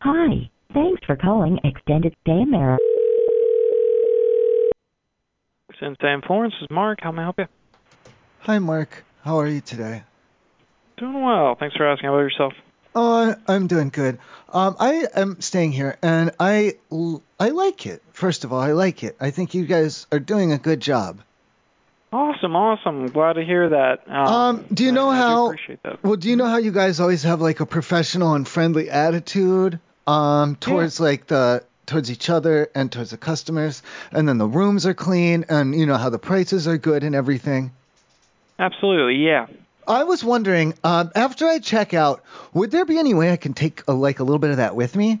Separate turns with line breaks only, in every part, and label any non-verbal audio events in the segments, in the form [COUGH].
Hi. Thanks for calling Extended Stay America.
Extended Stay in Florence this is Mark. How may I help you?
Hi, Mark. How are you today?
Doing well. Thanks for asking. How about yourself?
Oh, I- I'm doing good. Um, I am staying here, and I l- I like it. First of all, I like it. I think you guys are doing a good job.
Awesome, awesome. Glad to hear that.
Um, do you know
I
how-
Do appreciate that.
Well, do you know how you guys always have like a professional and friendly attitude um, towards like the towards each other and towards the customers, and then the rooms are clean, and you know how the prices are good and everything.
Absolutely, yeah.
I was wondering, um, after I check out, would there be any way I can take a, like a little bit of that with me?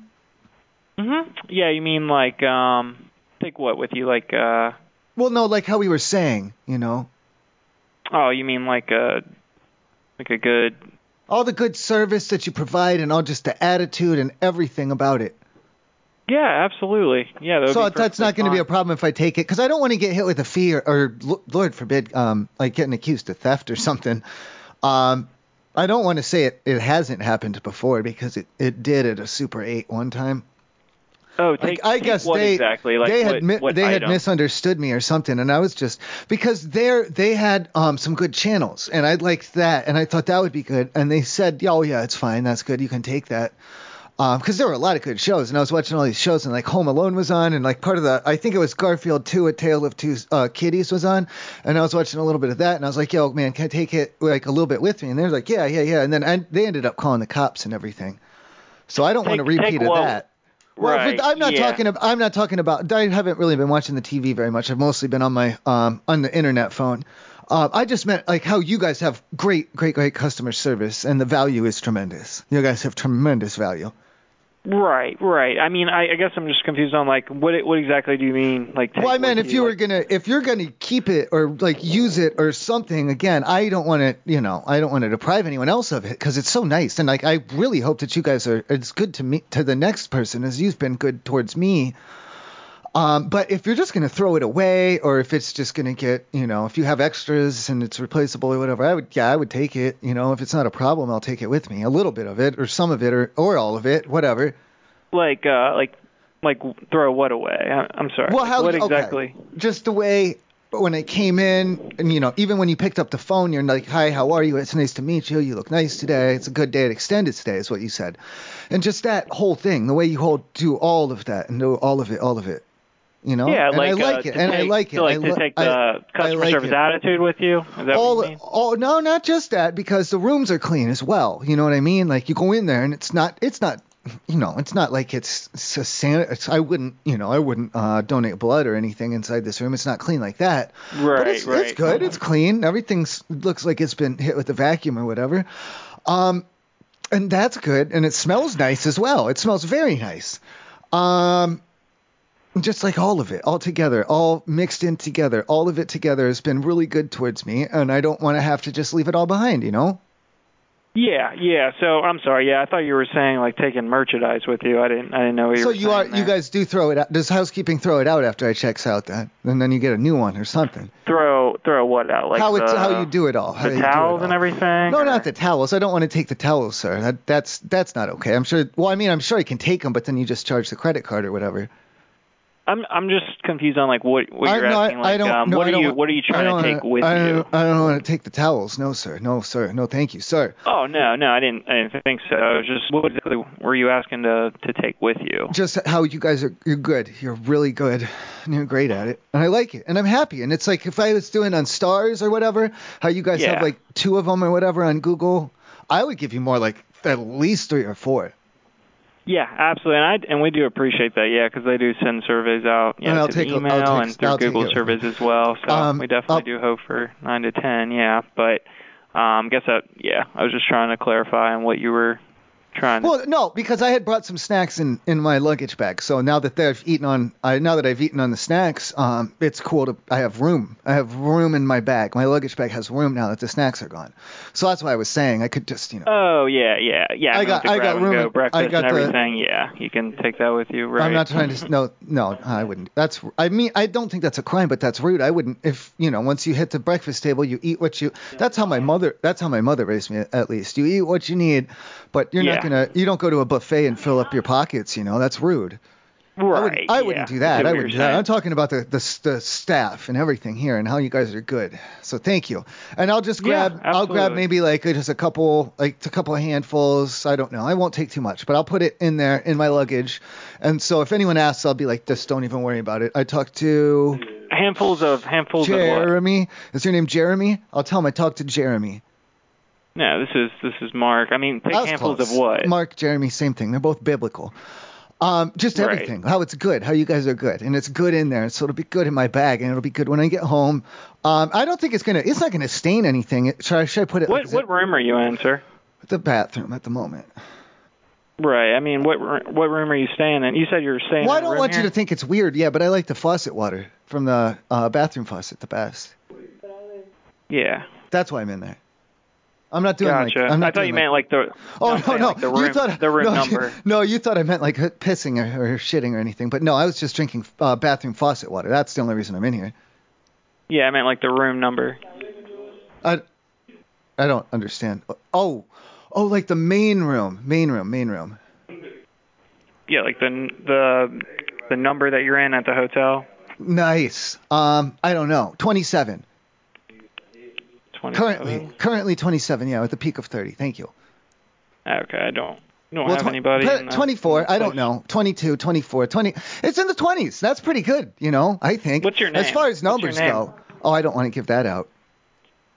Mm-hmm.
Mhm. Yeah, you mean like um, take what with you? Like uh,
Well, no, like how we were saying, you know,
oh, you mean like a like a good.
all the good service that you provide and all just the attitude and everything about it.
Yeah, absolutely. Yeah, that would
So
be
that's not
perfectly
going to be a
fine.
problem if I take it, because I don't want to get hit with a fee or, or l- Lord forbid, um, like getting accused of theft or [LAUGHS] something. Um, I don't want to say it, it hasn't happened before because it, it did at a Super 8 one time.
Oh,
Like,
take,
I
take
guess
what
they
exactly? Like
they
what,
had mi-
what
they
item?
had misunderstood me or something, and I was just because they they had um some good channels, and I liked that, and I thought that would be good, and they said, "Yeah, oh yeah, it's fine, that's good, you can take that. Um, because there were a lot of good shows, and I was watching all these shows, and like Home Alone was on, and like part of the, I think it was Garfield 2, A Tale of Two uh, Kitties was on, and I was watching a little bit of that, and I was like, yo, man, can I take it like a little bit with me? And they're like, yeah, yeah, yeah, and then I, they ended up calling the cops and everything. So I don't want a
Take-
repeat
take
of
what-
that. Well,
right.
but I'm not
yeah.
talking. About, I'm not talking about. I haven't really been watching the TV very much. I've mostly been on my um on the internet phone. Um, I just meant like how you guys have great, great, great customer service, and the value is tremendous. You guys have tremendous value.
Right, right. I mean, I, I guess I'm just confused on like what what exactly do you mean? Like take
Well, I
what
meant
with
if you
like-
were gonna, if you're gonna keep it or like use it or something. Again, I don't want to, you know, I don't want to deprive anyone else of it because it's so nice, and like I really hope that you guys are as good to me to the next person as you've been good towards me. Um, but if you're just gonna throw it away, or if it's just gonna get, you know, if you have extras and it's replaceable or whatever, I would, yeah, I would take it. You know, if it's not a problem, I'll take it with me. A little bit of it, or some of it, or or all of it, whatever.
like uh like like throw what away I, i'm sorry
Well,
Like,
how-
what
okay.
exactly
just the way when it came in, and you know, even when you picked up the phone, you're like, "Hi, how are you? It's nice to meet you. You look nice today. It's a good day at extended stay," is what you said, and just that whole thing, the way you hold do all of that and do all of it, all of it, you know.
yeah
and
like
I like
uh,
it,
to
and
take,
I like it.
to, like
I
to
li-
take the
I-
customer
like
service
it.
attitude with you is that what you
all,
mean
all, no, not just that, because the rooms are clean as well. You know what I mean? Like you go in there and it's not, it's not, you know, it's not like it's, it's a san- it's, I wouldn't, you know, I wouldn't uh, donate blood or anything inside this room. It's not clean like that.
right
but it's,
right
it's good. It's clean. Everything looks like it's been hit with a vacuum or whatever. Um, and that's good. And it smells nice as well. It smells very nice. Um, just like all of it, all together, all mixed in together, all of it together has been really good towards me, and I don't want to have to just leave it all behind, you know?
yeah yeah so i'm sorry yeah i thought you were saying like taking merchandise with you i didn't i didn't know what you
so
were
you are,
saying
you
there.
guys do throw it out. Does housekeeping throw it out after I checks out that, and then you get a new one or something?
throw throw what out like
how it,
the,
how you do it all? How
the
you do it
towels
all.
and everything
No,
or-
not the towels. I don't want to take the towels, sir. That, that's that's not okay. I'm sure. Well, I mean, I'm sure I can take them, but then you just charge the credit card or whatever.
i'm i'm just confused on like what what
I-
you're
no, I-
asking
I
like
don't-
um
no,
what
I
are
don't
you
want-
what are you
I
trying
don't
to take
wanna-
with
I don't-
you
I don't want to take the towels. No, sir. No, sir. No, thank you, sir.
oh no no i didn't i didn't think so I was just what exactly were you asking to to take with you
just how you guys are you're good you're really good and you're great at it and i like it and i'm happy and it's like if i was doing on stars or whatever how you guys
Yeah.
have like two of them or whatever on google i would give you more like at least three or four
Yeah, absolutely, and I and we do appreciate that. Yeah, because they do send surveys out, yeah,
And I'll
to
take a-
the
I'll
email
take-
and through
I'll take
Google
it.
surveys as well. So
Um,
we definitely
I'll-
do hope for nine to ten. Yeah, but um, guess that yeah, I was just trying to clarify on what you were trying. to,
well no because i had brought some snacks in in my luggage bag so now that i've eaten on i now that i've eaten on the snacks um it's cool to i have room i have room in my bag my luggage bag has room now that the snacks are gone so that's why i was saying i could just you know
oh yeah, yeah, yeah.
I
mean,
got-
with the
I got
grab and
room-
go breakfast
I got
and
the-
everything. yeah, you can take that with you, right?
I'm not trying to. No, no, I wouldn't. That's. I mean, I don't think that's a crime, but that's rude. I wouldn't. If you know, once you hit the breakfast table, you eat what you. That's how my mother. That's how my mother raised me, at least. You eat what you need, but you're
Yeah.
not
Yeah.
gonna you don't go to a buffet and fill up your pockets. You know that's rude.
Right.
I, wouldn't, I wouldn't
yeah.
do that.
That's what
I
we were
wouldn't do that.
saying.
I'm talking about the, the the staff and everything here and how you guys are good. So thank you. And I'll just
Yeah,
grab I'll grab
absolutely.
maybe like uh, just a couple like a couple handfuls. I don't know. I won't take too much, but I'll put it in there in my luggage. And so if anyone asks, I'll be like, just don't even worry about it. I talked to
[LAUGHS] handfuls of handfuls of what?
Jeremy. Is your name Jeremy? I'll tell him I talked to Jeremy.
No, this is this is Mark. I mean, take
That was
handfuls
close.
of
[LAUGHS]
what?
Mark, Jeremy, same thing. They're both biblical. Um, just
Right.
everything. How it's good. How you guys are good, and it's good in there. So it'll be good in my bag, and it'll be good when I get home. Um, I don't think it's gonna. It's not gonna stain anything. It, should, I, should I put it
What
like
what room are you in, sir?
the bathroom at the moment?
Right. I mean, what r- what room are you staying in? You said you were staying.
Well, I
in a
don't
room
want
here?
you to think it's weird. Yeah, but I like the faucet water from the uh, bathroom faucet the best.
Yeah.
That's why I'm in there. I'm not doing
Gotcha.
like. I'm not
I thought
doing
you
like-
meant like the.
Oh
I'm
no
saying,
no!
Like the
you
room,
thought
the
[LAUGHS]
room
no,
number.
No, you thought I meant like pissing or, or shitting or anything, but no, I was just drinking uh, bathroom faucet water. That's the only reason I'm in here.
Yeah, I meant like the room number.
I, I don't understand. Oh, oh, like the main room, main room, main room.
Yeah, like the the the number that you're in at the hotel.
Nice. Um, I don't know. 27
Twenty.
currently, currently 27. Yeah, with a peak of 30. Thank you.
Okay, I don't. Don't
Well,
have
tw-
anybody.
pe-
in the-
24. I don't know. 22, 24, 20. It's in the 20s. That's pretty good, you know. I think.
What's your
As
name?
far as
What's your
numbers
name?
go. Oh, I don't want to give that out.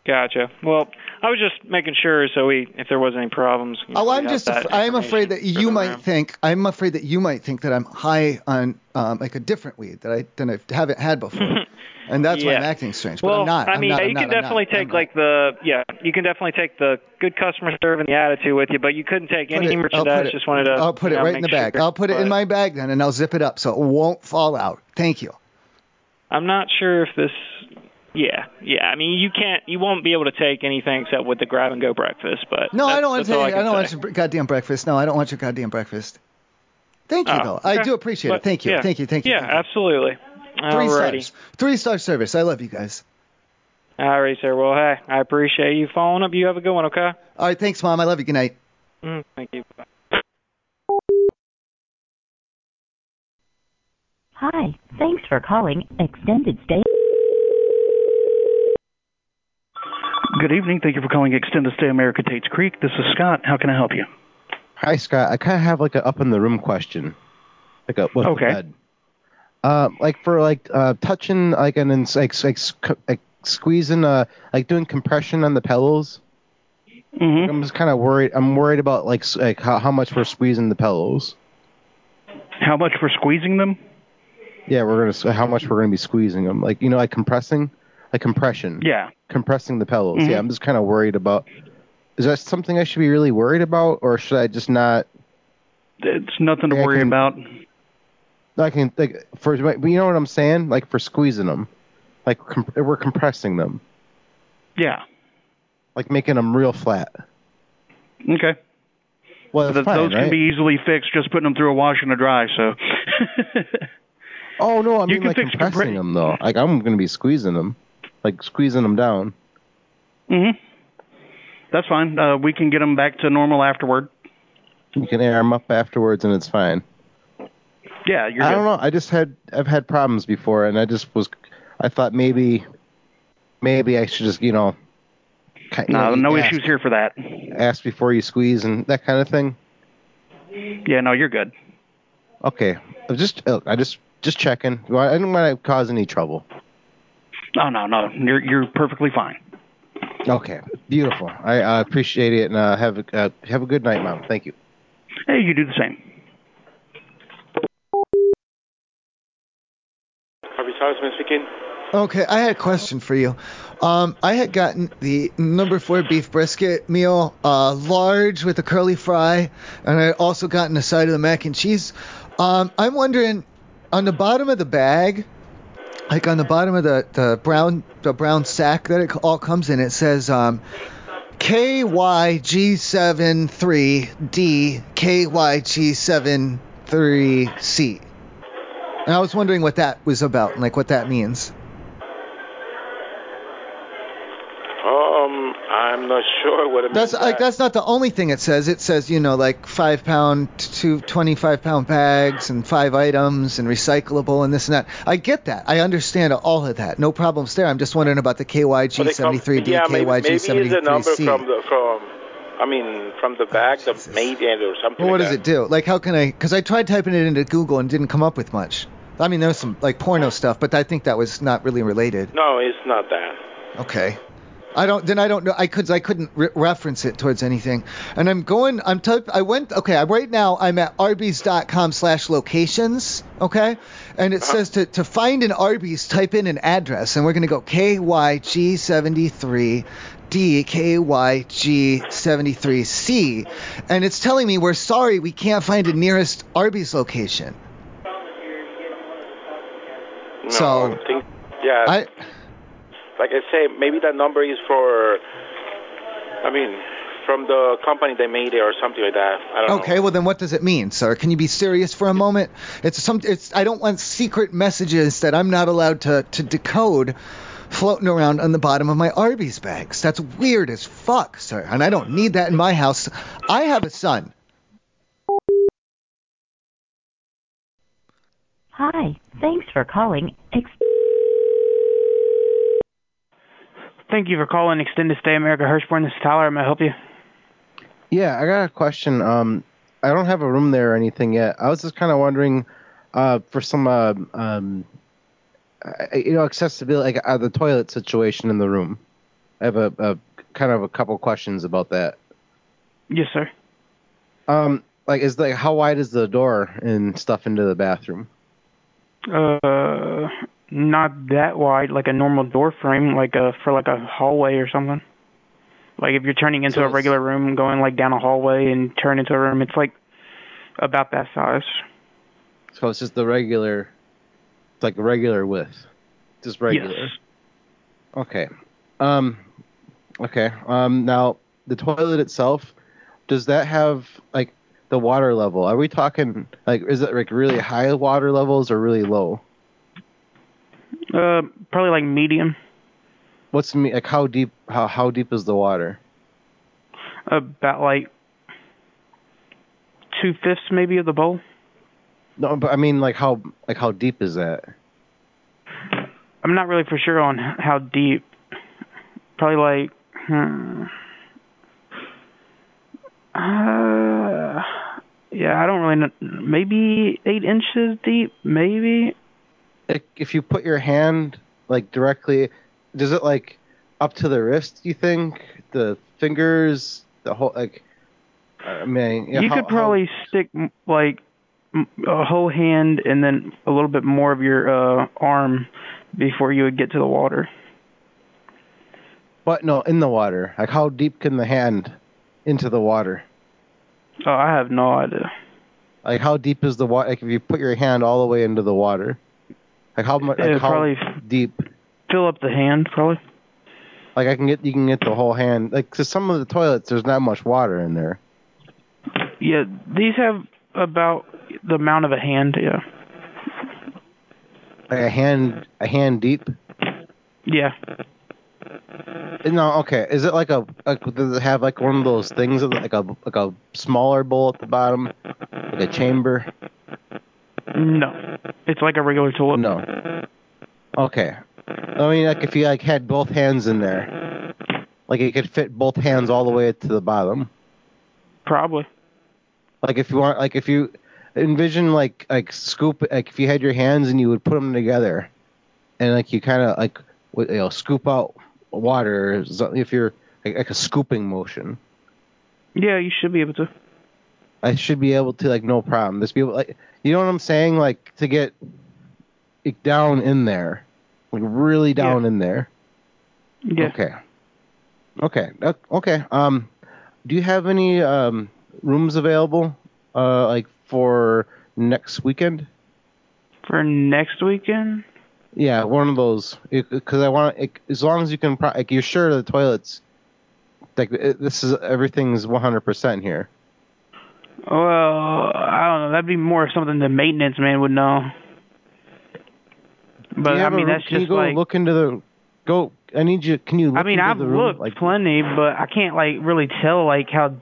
Gotcha. Well, I was just making sure so we, if there was any problems. you know,
Oh,
we
I'm
got
just.
that
Af- I'm afraid that
information for
you
the
might
room.
think. I'm afraid that you might think that I'm high on um, like a different weed that I than I haven't had
[LAUGHS]
before, and that's why I'm
Yeah.
acting strange. But
Well,
I'm not.
I
I'm
mean,
not,
yeah,
I'm
you
not,
can
I'm not,
definitely
I'm
take
not.
like the yeah, you can definitely take the good customer serve and the attitude with you, but you couldn't take
Put
any
it- I'll put
merchandise.
it-
just wanted to.
I'll put
you
it
know,
right in the
make
bag.
sure,
I'll put it in
but
my bag then, and I'll zip it up so it won't fall out. Thank you.
I'm not sure if this. Yeah, yeah. I mean, you can't, you won't be able to take anything except with the grab and go breakfast. But
No,
that's,
I don't want to
that's all
take.
I,
I,
can
don't want
say.
your goddamn breakfast. No, I don't want your goddamn breakfast. Thank you
Oh,
though. I
okay.
do appreciate
But,
it. Thank you.
yeah.
Thank you. Thank you.
Yeah,
thank you.
absolutely.
Three
Alrighty.
stars. Three star service. I love you guys.
All right, sir. Well, hey, I appreciate you following up. You have a good one, okay?
All right. Thanks, mom. I love you. Good night.
Mm, thank you. Bye.
Hi, thanks for calling Extended Stay.
Good evening. Thank you for calling Extended Stay America Tates Creek. This is Scott. How can I help you?
Hi, Scott. I kind of have like a up in the room question. Like a what's
Okay.
the bed? Uh, like for like uh, touching like and then like like, sc- like squeezing uh like doing compression on the pillows.
hmm
I'm just kind of worried. I'm worried about like s- like how, how much we're squeezing the pillows.
How much we're squeezing them?
Yeah, we're gonna s- how much we're gonna be squeezing them. Like you know like compressing, like compression,
Yeah.
compressing the pillows.
Mhm.
Yeah, I'm just kind of worried about. Is that something I should be really worried about, or should I just not?
It's nothing to
Yeah, I
worry
can-
about.
I can like for but you know what I'm saying? Like for squeezing them, like comp- we're compressing them.
Yeah.
like making them real flat.
Okay.
Well, that's
Th-
fine,
those
right?
can be easily fixed. Just putting them through a wash and a dry. So.
oh no, I
you
mean
can
like
fix
compressing
compre-
them though. Like I'm gonna be squeezing them, like squeezing them down.
hmm That's fine. Uh, we can get them back to normal afterward.
You can air them up afterwards, and it's fine.
Yeah. You're
I
good.
don't know. I just had I've had problems before, and I just was I thought maybe maybe I should just you know ki- you know,
No, Uh, no
ask,
issues here for that.
Ask before you squeeze and that kind of thing.
Yeah. No, you're good.
Okay, I'm just uh, I just just checking. Well, I didn't want to cause any trouble.
No, no, no. You're you're perfectly fine.
Okay, beautiful. I uh, appreciate it, and uh, have a uh, have a good night, mom. Thank you.
Hey, you do the same.
Harvey Sarasman speaking.
Okay, I had a question for you. Um, I had gotten the number four beef brisket meal, uh, large with a curly fry, and I had also gotten a side of the mac and cheese. Um, I'm wondering, on the bottom of the bag, like on the bottom of the, the brown the brown sack that it co- all comes in, it says um, KYG73D KYG73C, and I was wondering what that was about and like what that means.
Um, I I'm not sure what it means.
That's like that's not the only thing it says. It says you know like five pound to twenty five pound bags and five items and recyclable and this and that. I get that. I understand all of that. No problems there. I'm just wondering about the KYG seventy three D,
yeah, maybe, maybe
KYG
it's
seventy
the
three
number
C.
from the from. I mean, from the back, the mate end or something.
Oh, Well, what
like
does
that.
it do? Like how can I? Because I tried typing it into Google and didn't come up with much. I mean, there was some like porno stuff, but I think that was not really related.
No, it's not that.
Okay. I don't. Then I don't know. I could. I couldn't re- reference it towards anything. And I'm going. I'm. Type, I went. Okay. I'm right now. I'm at Arby's.com/locations. Okay. And it says to to find an Arby's, type in an address, and we're gonna go KYG73. DKYG73C, and it's telling me we're sorry we can't find the nearest Arby's location.
No,
So-
I think, yeah.
I-
like I say, maybe that number is for. I mean, from the company they made it or something like that. I don't
Okay, well then what does it mean, sir? Can you be serious for a moment? It's some it's I don't want secret messages that I'm not allowed to, to decode floating around on the bottom of my Arby's bags. That's weird as fuck, sir. And I don't need that in my house. I have a son.
Hi, thanks for calling Ex-
Thank you for calling Extended Stay America Hirschborn. This is Tyler. May I help you?
Yeah, I got a question. Um, I don't have a room there or anything yet. I was just kind of wondering, uh, for some, uh, um, uh, you know, accessibility, like uh, the toilet situation in the room. I have a, a kind of a couple questions about that.
Yes, sir.
Um, like, is like how wide is the door and stuff into the bathroom?
Uh, not that wide, like a normal door frame, like a for like a hallway or something. Like if you're turning into a regular room, going like down a hallway and turn into a room, it's like about that size.
So it's just the regular, it's like regular width, just regular.
Yes.
Okay. Um. Okay. Um. Now the toilet itself, does that have like the water level? Are we talking like is it like really high water levels or really low?
Uh, probably like medium,
What's the me like how deep how how deep is the water?
about like two fifths maybe of the bowl.
No, but I mean like how like how deep is that?
I'm not really for sure on h- how deep. Probably like, hmm. Uh, yeah, I don't really know. Maybe eight inches deep, maybe.
Like if you put your hand like directly, does it like up to the wrist? You think the fingers, the whole like. I mean, yeah,
you
how-
could
how-
probably stick m- like m- a whole hand and then a little bit more of your uh, arm before you would get to the water.
But no, in the water. Like how deep can the hand into the water?
Oh, I have no idea.
Like how deep is the water? Like if you put your hand all the way into the water, like how much?
It
Like
would
how
probably
deep?
fill up the hand, probably.
Like I can get, you can get the whole hand. Like 'cause some of the toilets, there's not much water in there.
Yeah, these have about the amount of a hand. Yeah,
Like a hand, a hand deep.
yeah.
No, okay. Is it like a? Like, does it have like one of those things, that, like a like a smaller bowl at the bottom, like a chamber?
No, it's like a regular toilet.
No. Okay. I mean, like if you like had both hands in there, like it could fit both hands all the way to the bottom.
Probably.
Like if you want, like if you envision like like scoop, like if you had your hands and you would put them together, and like you kind of like w- you know scoop out water or something, if you're like, like a scooping motion.
Yeah, you should be able to.
I should be able to like no problem. This be able, like you know what I'm saying, like to get it down in there, like really down in there.
Yeah.
Okay. Okay. Uh, Okay. Um, do you have any um rooms available, uh, like for next weekend?
For next weekend?
Yeah, one of those. Because I want it, as long as you can, pro- like you're sure the toilets. Like it, this is everything's 100% here.
Well, I don't know. That'd be more something the maintenance man would know.
Do
But
you
I
have a
mean,
room-
that's
can
just
you go
like
look into the go I need you. Can you? Look
I mean,
into
I've
the room?
looked
Like,
plenty, but I can't like really tell like how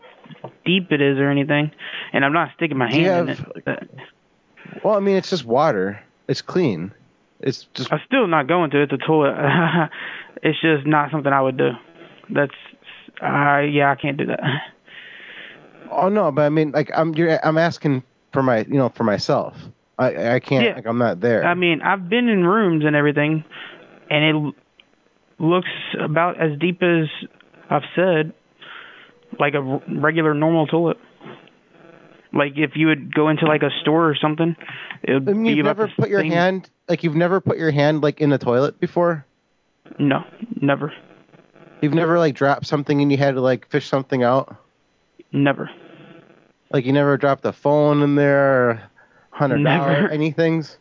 deep it is or anything. And I'm not sticking my
Do you
hand
have-
in it. but
well, I mean, it's just water. It's clean. It's just
I'm still not going to. It's a toilet. [LAUGHS] it's just not something I would do. That's uh, yeah, I can't do that.
Oh no, but I mean, like I'm you're, I'm asking for my you know for myself. I I can't
Yeah.
like I'm not there.
I mean, I've been in rooms and everything, and it l- looks about as deep as I've said, like a r- regular normal toilet. Like if you would go into like a store or something, it would
I mean,
be
you've
about
never
the
put your
same-
hand like you've never put your hand like in a toilet before.
No, never,
You've never like dropped something and you had to like fish something out.
never.
Like you never dropped a phone in there, or hundred dollar
Never.
anything's.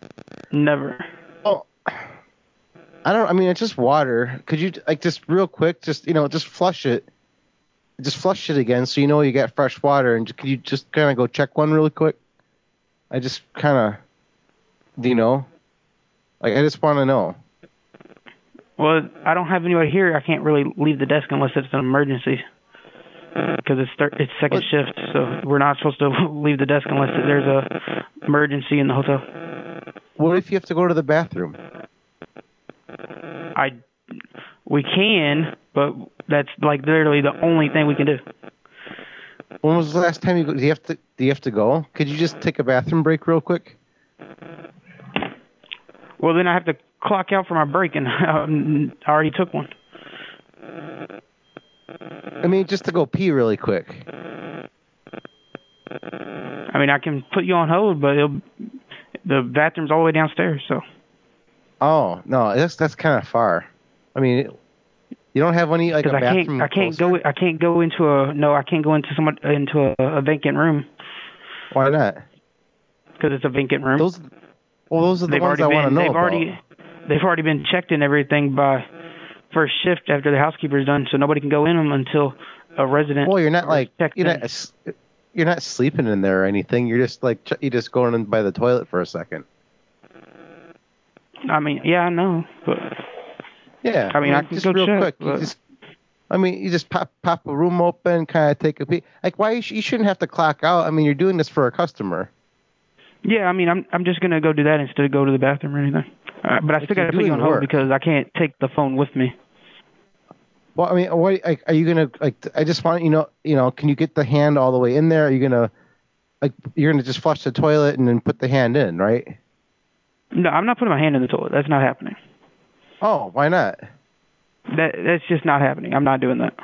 Never.
Oh, I don't. I mean, it's just water. Could you like just real quick, just you know, just flush it, just flush it again, so you know you got fresh water. And could you just kind of go check one really quick? I just kind of, do you know, like I just want to know.
Well, I don't have anybody here. I can't really leave the desk unless it's an emergency. Because it's thir- it's second shift, so we're not supposed to [LAUGHS] leave the desk unless there's a emergency in the hotel.
What if you have to go to the bathroom?
I we can, but that's like literally the only thing we can do.
When was the last time you go? Do you have to? Do you have to go? Could you just take a bathroom break real quick?
Well, then I have to clock out for my break, and [LAUGHS] um, I already took one.
I mean, just to go pee really quick.
I mean, I can put you on hold, but it'll, the bathroom's all the way downstairs, so
Oh no, that's that's kind of far. I mean, you don't have any like a
because I
bathroom.
can't I can't
closer?
go I can't go into a no I can't go into someone into a, a vacant room
Why not?
because it's a vacant room.
Those, well, those are the
they've
ones
already
I want to
been
know
they've
about.
already they've already been checked and everything by first shift after the housekeeper's done, so nobody can go in them until a resident.
well, you're not
or
like
checked
you're
in.
not, s- you're not sleeping in there or anything. You're just like ch- you're just going in by the toilet for a second.
I mean, yeah, I know, but
Yeah,
I mean, I can
just
go
real
check,
quick. You
but-
just, I mean, you just pop pop a room open, kind of take a peek. Like, why you, sh- you shouldn't have to clock out? I mean, you're doing this for a customer.
yeah, I mean, I'm I'm just gonna go do that instead of go to the bathroom or anything. Uh, but I
But
still gotta
you're
put you
doing
on hold
work.
because I can't take the phone with me.
Well, I mean, what like, are you gonna like? I just want you know, you know, can you get the hand all the way in there? Are you gonna like you're gonna just flush the toilet and then put the hand in, right?
No, I'm not putting my hand in the toilet. That's not happening.
Oh, why not?
That that's just not happening. I'm not doing that.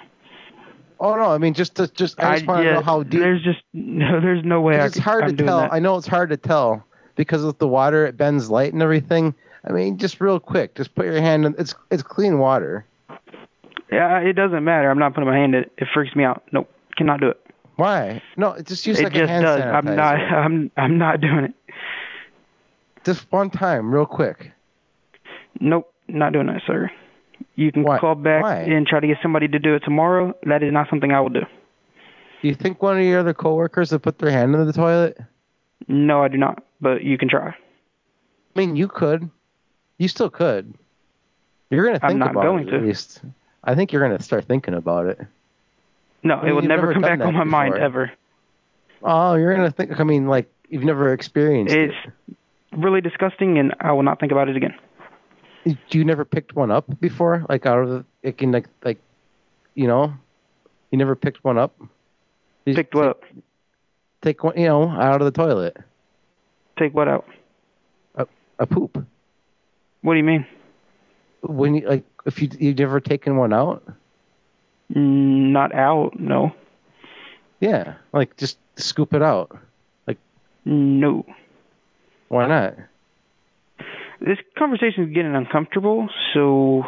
Oh no, I mean just to, just I just want to
yeah,
know how deep.
There's just no, there's no way I
it's
could-
hard
I'm
to
doing
tell.
that.
I know it's hard to tell because with the water it bends light and everything. I mean, just real quick, just put your hand in. It's it's clean water.
Yeah, it doesn't matter. I'm not putting my hand in it. It freaks me out. Nope, cannot do it.
Why? No, it just use
it
like a
just
hand
does.
sanitizer.
I'm not. [LAUGHS] I'm. I'm not doing it.
Just one time, real quick.
Nope, not doing that, sir. You can
Why-
call back
why?
and try to get somebody to do it tomorrow. That is not something I will do.
Do you think one of your other coworkers would put their hand in the toilet?
No, I do not. But you can try.
I mean, you could. You still could. You're gonna
I'm
think
not
about
going
it
to.
at least. I think you're gonna start thinking about it.
No,
mean,
it will
you've
never
never
come
done
back on my
that
mind
before.
ever.
Oh, you're gonna think. I mean, like you've never experienced
It's
it.
really disgusting, and I will not think about it again.
Do you never picked one up before? Like out of the, it can like like, you know, you never picked one up. You
Pick
take,
what up?
Take one, you know, out of the toilet.
Take what out?
A poop.
What do you mean?
When you like, if you you've never taken one out,
Mm, Not out? No.
yeah, like just scoop it out.
No.
Why not?
This conversation's getting uncomfortable, so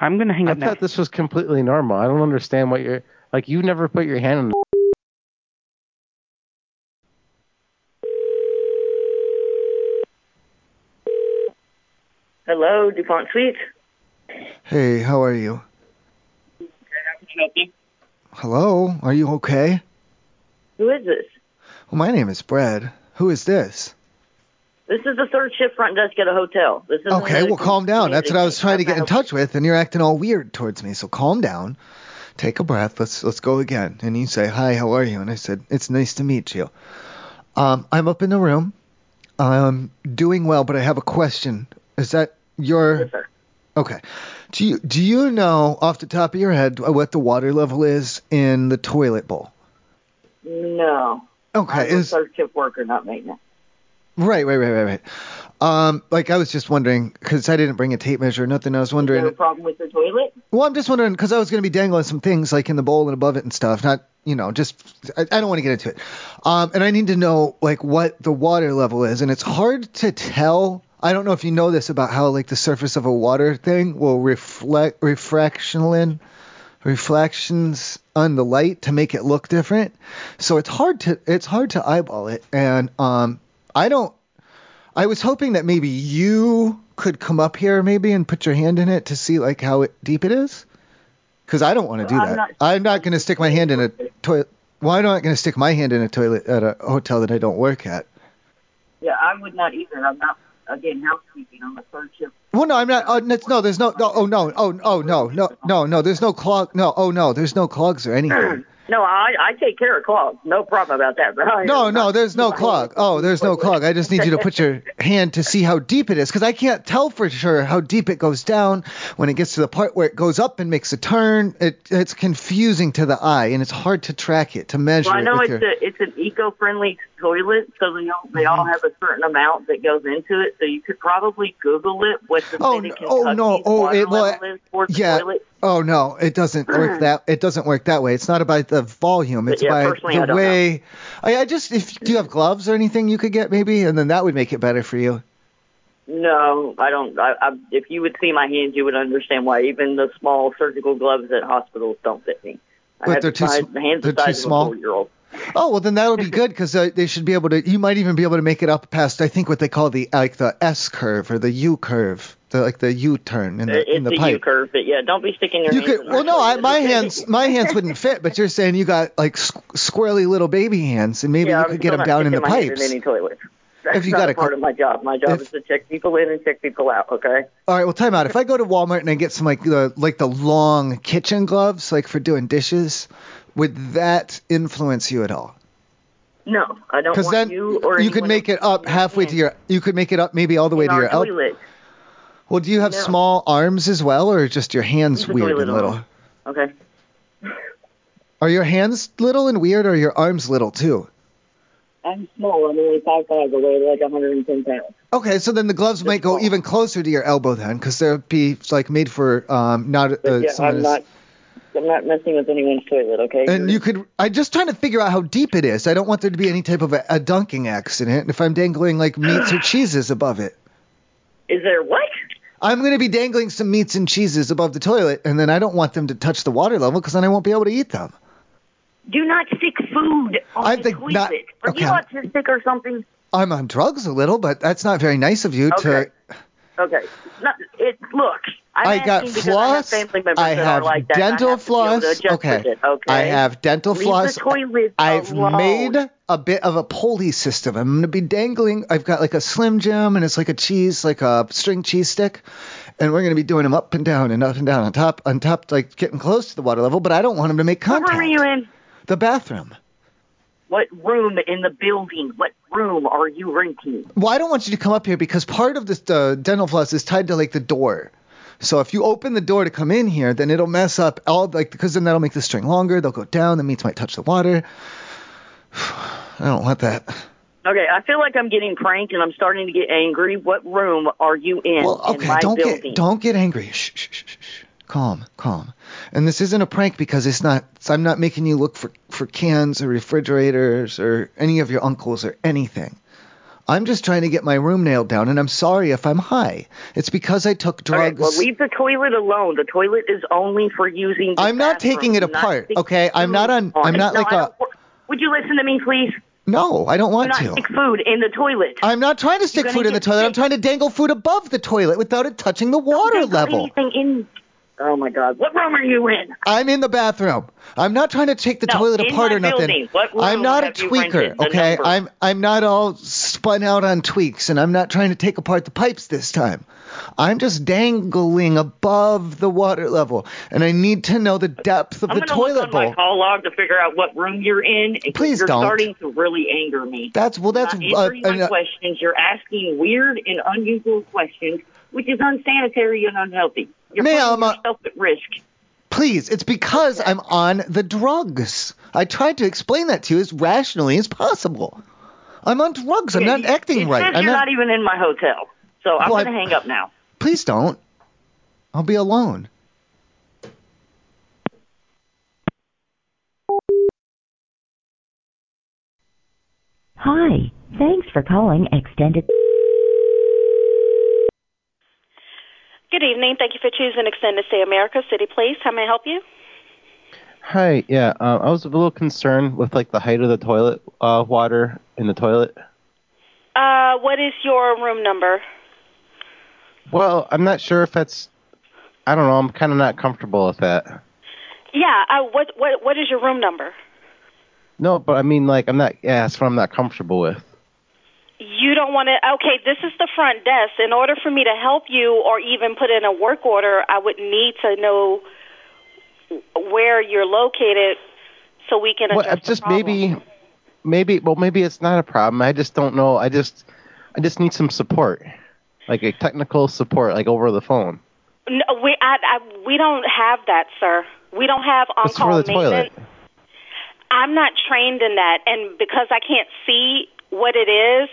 I'm gonna hang
I
up now.
thought this was completely normal. I don't understand what you're like. You never put your hand on. The, [LAUGHS]
Hello, DuPont Suite.
Hey, how are you? Hello, are you okay?
Who is this?
Well, my name is Brad. Who is this?
This is the third shift front desk at a hotel. This is
Okay, well, calm down. That's what I was trying to get in touch with, and you're acting all weird towards me. So calm down, take a breath. Let's let's go again. And you say, "Hi, how are you?" And I said, "It's nice to meet you. Um, I'm up in the room. I'm doing well, but I have a question. Is that your? Okay. Do you do you know off the top of your head what the water level is in the toilet bowl?
No.
Okay,
I'm a
is-
third shift worker, not maintenance.
Right, right, right, right, right. Um, like I was just wondering because I didn't bring a tape measure or nothing. I was wondering.
No problem with the toilet?
Well, I'm just wondering because I was going to be dangling some things like in the bowl and above it and stuff. Not, you know, just I, I don't want to get into it. Um, and I need to know like what the water level is, and it's hard to tell. I don't know if you know this about how like the surface of a water thing will reflect refractional in reflections on the light to make it look different. So it's hard to it's hard to eyeball it, and um, I don't I was hoping that maybe you could come up here maybe and put your hand in it to see like how it, deep it is. Because I don't want to do
I'm
that.
not-
I'm not going to stick my hand in a toilet. Why am I not going to stick my hand in a toilet at a hotel that I don't work at?
Yeah, I would not either. I'm not, again, housekeeping. I'm a third shift.
Well, no, I'm not. Oh, no, no, there's no. no oh no. Oh oh no no no no. There's no clog. No oh no. There's no clogs or [CLEARS THROAT] anything.
No, I, I take care of clogs. No problem about that. But I,
No no. There's no clog. Oh, there's no clog. I just need you to put
[LAUGHS]
your hand to see how deep it is because I can't tell for sure how deep it goes down when it gets to the part where it goes up and makes a turn. It it's confusing to the eye and it's hard to track it to measure.
Well, I
it
know
with
it's
your-
a, it's an eco-friendly toilet, so they all, they
Mm-hmm.
all have a certain amount that goes into it. So you could probably Google it what the
Oh,
state
no,
of
oh no!
Kentucky's
Oh,
water
it well,
level is for the
yeah.
toilet. Mm-hmm.
Oh no, it doesn't work that. It doesn't work that way. It's not about the volume. It's
yeah,
about
personally, I
the
don't know.
way. I, I just if do you have gloves or anything you could get maybe, and then that would make it better for you.
No, I don't. I, I, if you would see my hands, you would understand why even the small surgical gloves at hospitals don't fit me.
But
I have
they're too
size,
sm-
the hands
they're
the
too
size
small?
of a four-year-old.
Oh well, then that would be good because uh, they should be able to. You might even be able to make it up past I think what they call the uh, like the S curve or the U curve, the like the U turn in the
Uh, It's
in the
a
pipe.
U-curve, but yeah, don't be sticking your
You
hands.
could. Well, no, I, my hands, my hands wouldn't fit. But you're saying you got like squ- squirrely little baby hands, and maybe
yeah,
you
I'm
could get
still
them
not
down in the
sticking my hand
pipes.
In any toilet. That's
If you
not
got
a
a
part
cou-
of my job. My job
if-
is to check people in and check people out. Okay.
All right, well, time out. If I go to Walmart and I get some like the like the long kitchen gloves, like for doing dishes, would that influence you at all?
No, I don't
Because
want
then
you or
you could
anyone
make it up halfway to your. You could make it up maybe all the way
Mm-hmm. in
to
our
your elbow.
toilet.
Well, do you have
No.
small arms as well, or just your hands
Just a
weird
toilet
and little?
arm. Okay.
Are your hands little and weird, or are your arms little too?
I'm small. I'm only five five. I weigh like 110 pounds.
Okay, so then the gloves might go even closer to your elbow then, because they'll be like made for um not
But
uh,
yeah,
someone
I'm
as-
not. I'm not messing with anyone's toilet. Okay.
And you could. I'm just trying to figure out how deep it is. I don't want there to be any type of a, a dunking accident. If I'm dangling like meats or cheeses above it,
Is there what?
I'm going to be dangling some meats and cheeses above the toilet, and then I don't want them to touch the water level because then I won't be able to eat them.
Do not stick food on
I
the
think
toilet.
not-
Are you
okay.
autistic or something?
I'm on drugs a little, but that's not very nice of you to.
Okay. Okay. Not, it look. I'm
I got
asking because
floss.
I have family members
I
that
have
are like that. and I
dental
have to be able to
floss.
adjust
Okay.
with it, okay.
I have dental
Leave
floss.
The toilet
I've
alone.
made a bit of a pulley system. I'm going to be dangling. I've got like a Slim Jim and it's like a cheese, like a string cheese stick. And we're going to be doing them up and down and up and down on top, on top, like getting close to the water level, but I don't want them to make
What room are
contact.
you in?
The bathroom.
What room in the building? What room are you renting?
Well, I don't want you to come up here because part of this the dental floss is tied to like the door. So if you open the door to come in here, then it'll mess up all like because then that'll make the string longer. They'll go down. The meats might touch the water. [SIGHS] I don't want that.
Okay, I feel like I'm getting pranked and I'm starting to get angry. What room are you in
Well,
in
okay,
my
don't
building?
get don't get angry. Shh, shh, shh, shh, shh. Calm, calm. And this isn't a prank because it's not. I'm not making you look for for cans or refrigerators or any of your uncles or anything. I'm just trying to get my room nailed down, and I'm sorry if I'm high. It's because I took drugs.
Okay, well, leave the toilet alone. The toilet is only for using. The
I'm not
bathroom,
taking it
not
apart.
stick
Okay, I'm
food
not on.
on
I'm
it.
not
No,
like
I
a.
don't- Would you listen to me, please?
No, I don't
Do
want
not
to.
stick food in the toilet.
I'm not trying to stick
gonna
food in the
get
toilet. I'm
sick.
trying to dangle food above the toilet without it touching the water
Don't put
level.
Anything in. Oh my God! What room are you in?
I'm in the bathroom. I'm not trying to take the
No,
toilet
in
apart
my
or nothing.
building. What room
I'm not a
have you rented?
tweaker,
The
okay?
number.
I'm I'm not all spun out on tweaks, and I'm not trying to take apart the pipes this time. I'm just dangling above the water level, and I need to know the depth of
I'm
the
gonna look
toilet
on my
bowl.
call log to figure out what room you're in. and
Please
you're
don't.
starting to really anger me.
That's well, that's
You're not answering
uh,
my
an- uh,
questions. You're asking weird and unusual questions, which is unsanitary and unhealthy. You're
Ma'am,
putting
uh,
yourself at risk.
please. It's because I'm on the drugs. I tried to explain that to you as rationally as possible. I'm on drugs. I'm
Yeah,
not
you-
acting
it
right.
says
I'm
you're
not-
not e-, even in my hotel, so I'm
Well, I-
gonna hang up now.
Please don't. I'll be alone.
Hi, thanks for calling Extended.
Good evening. Thank you for choosing Extended Stay America City Place. How may I help you?
Hi. Yeah. Um, I was a little concerned with like the height of the toilet uh, water in the toilet.
Uh, what is your room number?
Well, I'm not sure if that's. I don't know. I'm kind of not comfortable with that.
Yeah. Uh, what what what is your room number?
No, but I mean, like, I'm not. Yeah, that's what I'm not comfortable with.
You don't want to. Okay, this is the front desk. In order for me to help you or even put in a work order, I would need to know where you're located so we can
Well,
address
I'm
the
just
problem.
maybe, maybe. Well, maybe it's not a problem. I just don't know. I just, I just need some support, like a technical support, like over the phone.
No, we I, I we don't have that, sir. We don't have on
That's for
call
the toilet.
maintenance. I'm not trained in that, and because I can't see what it is,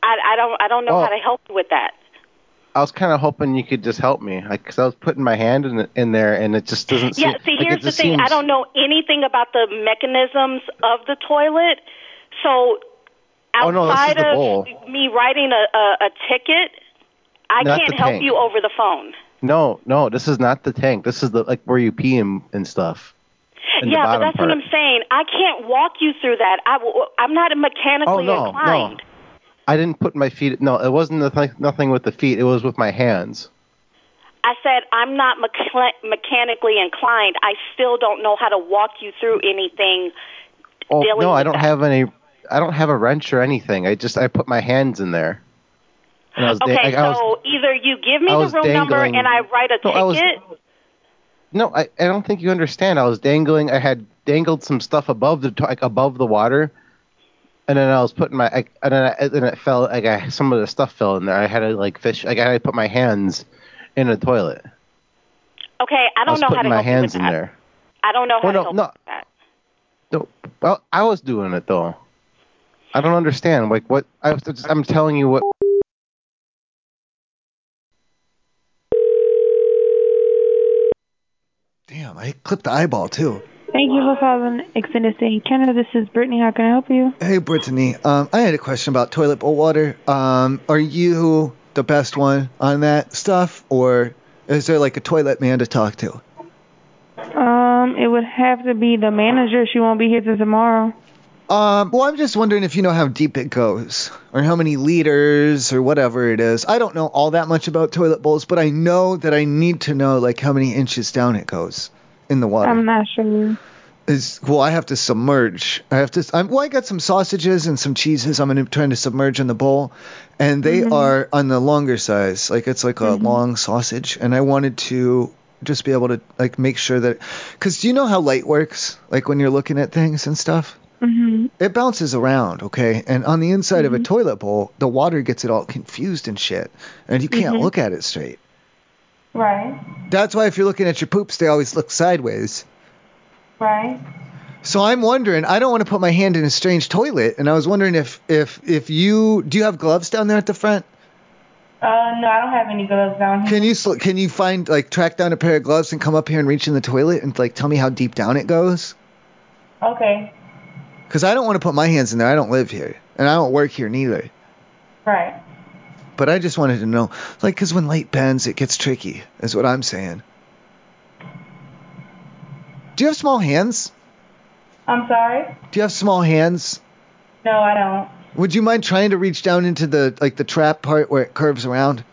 I, I don't I don't know
Oh.
how to help you with that.
I was kind of hoping you could just help me, like, 'cause I was putting my hand in the- in there, and it just doesn't.
Yeah,
seem,
see,
like, it
here's the
just
thing. I
seems-
don't know anything about the mechanisms of the toilet. So
Oh, no, this is
outside
the
of
bowl.
me writing a, a, a ticket, I
Not
can't
the
help
tank.
you over the phone.
No, no, this is not the tank. This is the like where you pee and, and stuff. In the
yeah, but
bottom
that's what
part.
I'm saying. I can't walk you through that. I, w- I'm not
Oh
mechanically
no,
inclined.
no. I didn't put my feet. No, it wasn't the th- nothing with the feet. It was with my hands.
I said I'm not mecha- mechanically inclined. I still don't know how to walk you through anything.
Oh
dealing
no, I
with
don't
that.
have any. I don't have a wrench or anything. I just I put my hands in there. And I was da-
Okay,
I, I was,
so either you give me
I
the
was
room number
dangling-
and I write a
No, I was-
ticket.
no, I, I don't think you understand. I was dangling. I had dangled some stuff above the to- like above the water, and then I was putting my I, and then I, and then it fell like I, some of the stuff fell in there. I had to like fish. Like I had to put my hands in the toilet.
okay, I
I was
don't know how to
putting my
help you with
hands in
that.
there.
I don't know how
Well,
to
no,
help
no.
you with that.
No, well, I was doing it though. I don't understand. Like what I was just, I'm telling you what.
Damn, I clipped the eyeball too.
Thank you for calling Extended Stay in Canada. This is Brittany. How can I help you?
Hey, Brittany. Um, I had a question about toilet bowl water. Um, are you the best one on that stuff, or is there like a toilet man to talk to?
Um, it would have to be the manager. She won't be here till tomorrow.
Um, well, I'm just wondering if you know how deep it goes, or how many liters, or whatever it is. I don't know all that much about toilet bowls, but I know that I need to know like how many inches down it goes in the water.
I'm not sure.
is well, I have to submerge. I have to. I'm, well, I got some sausages and some cheeses. I'm gonna trying to submerge in the bowl, and they are on the longer size. Like it's like a long sausage, and I wanted to just be able to like make sure that, because do you know how light works? Like when you're looking at things and stuff,
Mm-hmm.
it bounces around, okay? And on the inside of a toilet bowl, the water gets it all confused and shit, and you can't
Mhm.
look at it straight.
Right.
That's why if you're looking at your poops, they always look sideways.
Right.
So I'm wondering. I don't want to put my hand in a strange toilet, and I was wondering if if if you do you have gloves down there at the front?
Uh, no, I don't have any gloves down
Can you sl- can you find like track down a pair of gloves and come up here and reach in the toilet and like tell me how deep down it goes?
Okay.
Because I don't want to put my hands in there. I don't live here, and I don't work here neither.
Right.
But I just wanted to know, like, because when light bends, it gets tricky. Is what I'm saying. Do you have small hands?
I'm sorry.
Do you have small hands?
No, I don't.
Would you mind trying to reach down into the like the trap part where it curves around?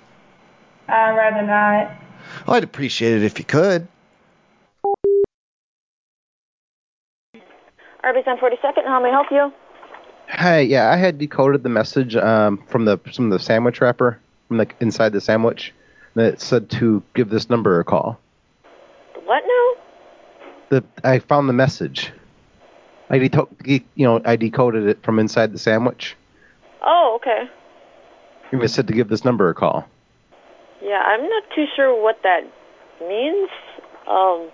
Oh,
I'd rather not.
I'd appreciate it if you could.
Arby's on 42nd. How may I help you?
Hey, yeah, I had decoded the message um, from the from the sandwich wrapper from the inside the sandwich that said to give this number a call.
What now?
The I found the message. I deto- you know I decoded it from inside the sandwich.
Oh, okay.
and It said to give this number a call.
Yeah, I'm not too sure what that means. Um,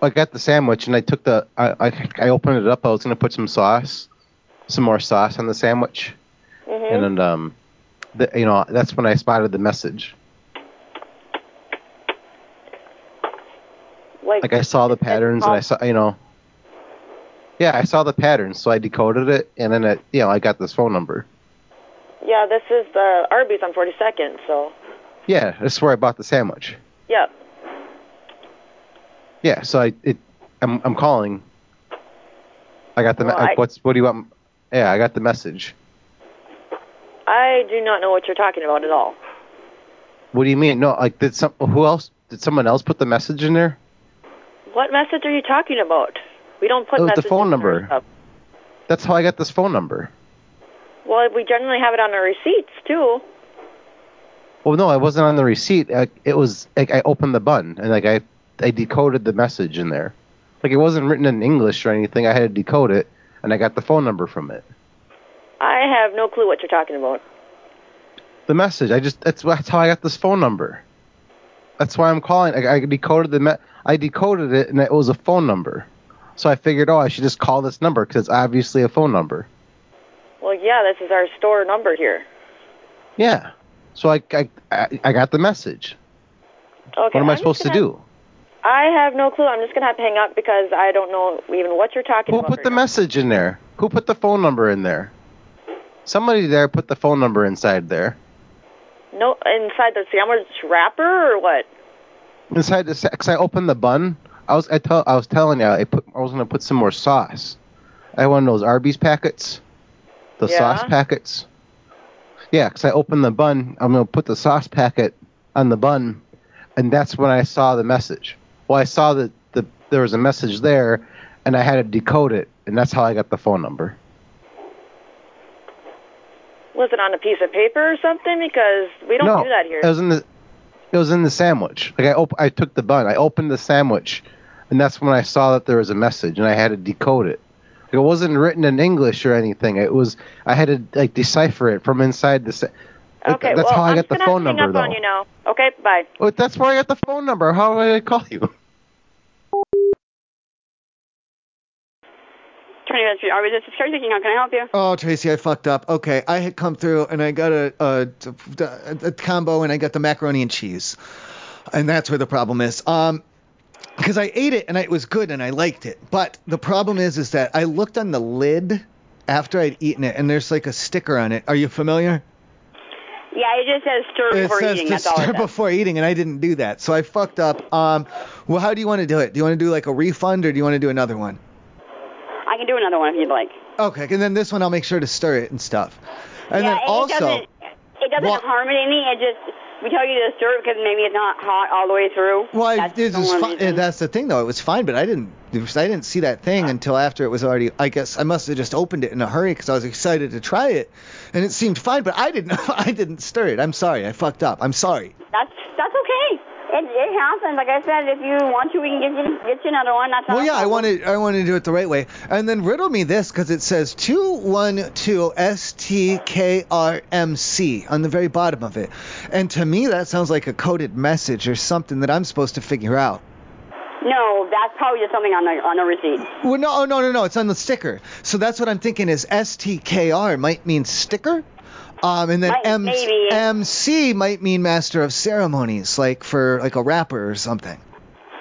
I got the sandwich and I took the I I, I opened it up. I was gonna put some sauce, some more sauce on the sandwich,
mhm.
and then um, the, you know that's when I spotted the message.
like,
Like I saw the patterns and I saw you know. Yeah, I saw the patterns, so I decoded it, and then it, you know I got this phone number.
yeah, this is the Arby's on 42nd, so
Yeah, that's where I bought the sandwich.
yeah.
Yeah, so I it I'm I'm calling. I got the me-
Well, I-
what's what do you want? Yeah, I got the message.
I do not know what you're talking about at all.
What do you mean? No, like did some who else did someone else put the message in there?
What message are you talking about? We don't put
Oh,
it was Oh, the
messages.
phone number. That's how I got this phone number.
Well, we generally have it on our receipts too.
Well, no, I wasn't on the receipt. I, it was like I opened the bun and like I I decoded the message in there. Like it wasn't written in English or anything. I had to decode it and I got the phone number from it.
I have no clue what you're talking about.
The message. I just that's that's how I got this phone number. That's why I'm calling. I, I decoded the me- I decoded it and it was a phone number. So I figured, oh, I should just call this number because it's obviously a phone number.
Well, yeah, this is our store number here.
Yeah. So I I, I, I got the message.
Okay.
what am I
I'm
supposed to
just
do?
gonna- I have no clue. I'm just gonna have to hang up because I don't know even what you're talking
Who
about.
put the message in there? Who put the phone number in there? Somebody there put the phone number inside there.
no, inside the sandwich wrapper or what?
Inside the because I opened the bun. I was I tell I was telling you I put I was gonna put some more sauce. I had one of those Arby's packets, the sauce
Yeah.
packets. Yeah, 'cause I opened the bun. I'm gonna put the sauce packet on the bun, and that's when I saw the message. Well, I saw that the there was a message there, and I had to decode it, and that's how I got the phone number.
Was it on a piece of paper or something? Because we don't
no,
do that here.
It was in the it was in the sandwich. Like I op- I took the bun, I opened the sandwich, and that's when I saw that there was a message, and I had to decode it. It wasn't written in English or anything. It was I had to like decipher it from inside the. Sa- like,
okay,
that's
well,
how I
I'm
got
just
the
gonna
phone
hang
number
up
though.
on you now. Okay, bye.
Well, that's where I got the phone number. How did I call you?
Twenty minutes. Are we just starting thinking? How can I help you?
Oh, Tracy, I fucked up. Okay, I had come through and I got a, a, a, combo and I got the macaroni and cheese, and that's where the problem is. Um, because I ate it and it was good and I liked it, but the problem is, is that I looked on the lid after I'd eaten it and there's like a sticker on it. Are you familiar?
Yeah, it just says stir
it
before
says
eating.
to
That's all
[LAUGHS] stir
it says.
before eating, and I didn't do that, so I fucked up. Um, well, how do you want to do it? Do you want to do like a refund or do you want to do another one?
I can do another one if you'd like.
Okay, and then this one I'll make sure to stir it and stuff. And
yeah,
then
it
also.
doesn't, it doesn't harm it any. It just we tell you to stir it because maybe it's not hot all the way through.
Well, I-
That's
it
the
was
only
fi-
reason.
that's the thing though. It was fine, but I didn't I didn't see that thing until after it was already. I guess I must have just opened it in a hurry because I was excited to try it, and it seemed fine. But I didn't [LAUGHS] I didn't stir it. I'm sorry. I fucked up. I'm sorry.
That's that's okay. It it happens. Like I said, if you want to, we can get you get you another one. That's
Well,
not a
yeah, I
problem.
wanted I wanted to do it the right way. And then riddle me this because it says two one two S T K R M C on the very bottom of it, and to me that sounds like a coded message or something that I'm supposed to figure out.
No, that's probably just something on the on the receipt.
Well, no, oh, no, no, no. It's on the sticker. So that's what I'm thinking is STKR might mean sticker. Um, and then M- MC might mean master of ceremonies, like for like a rapper or something.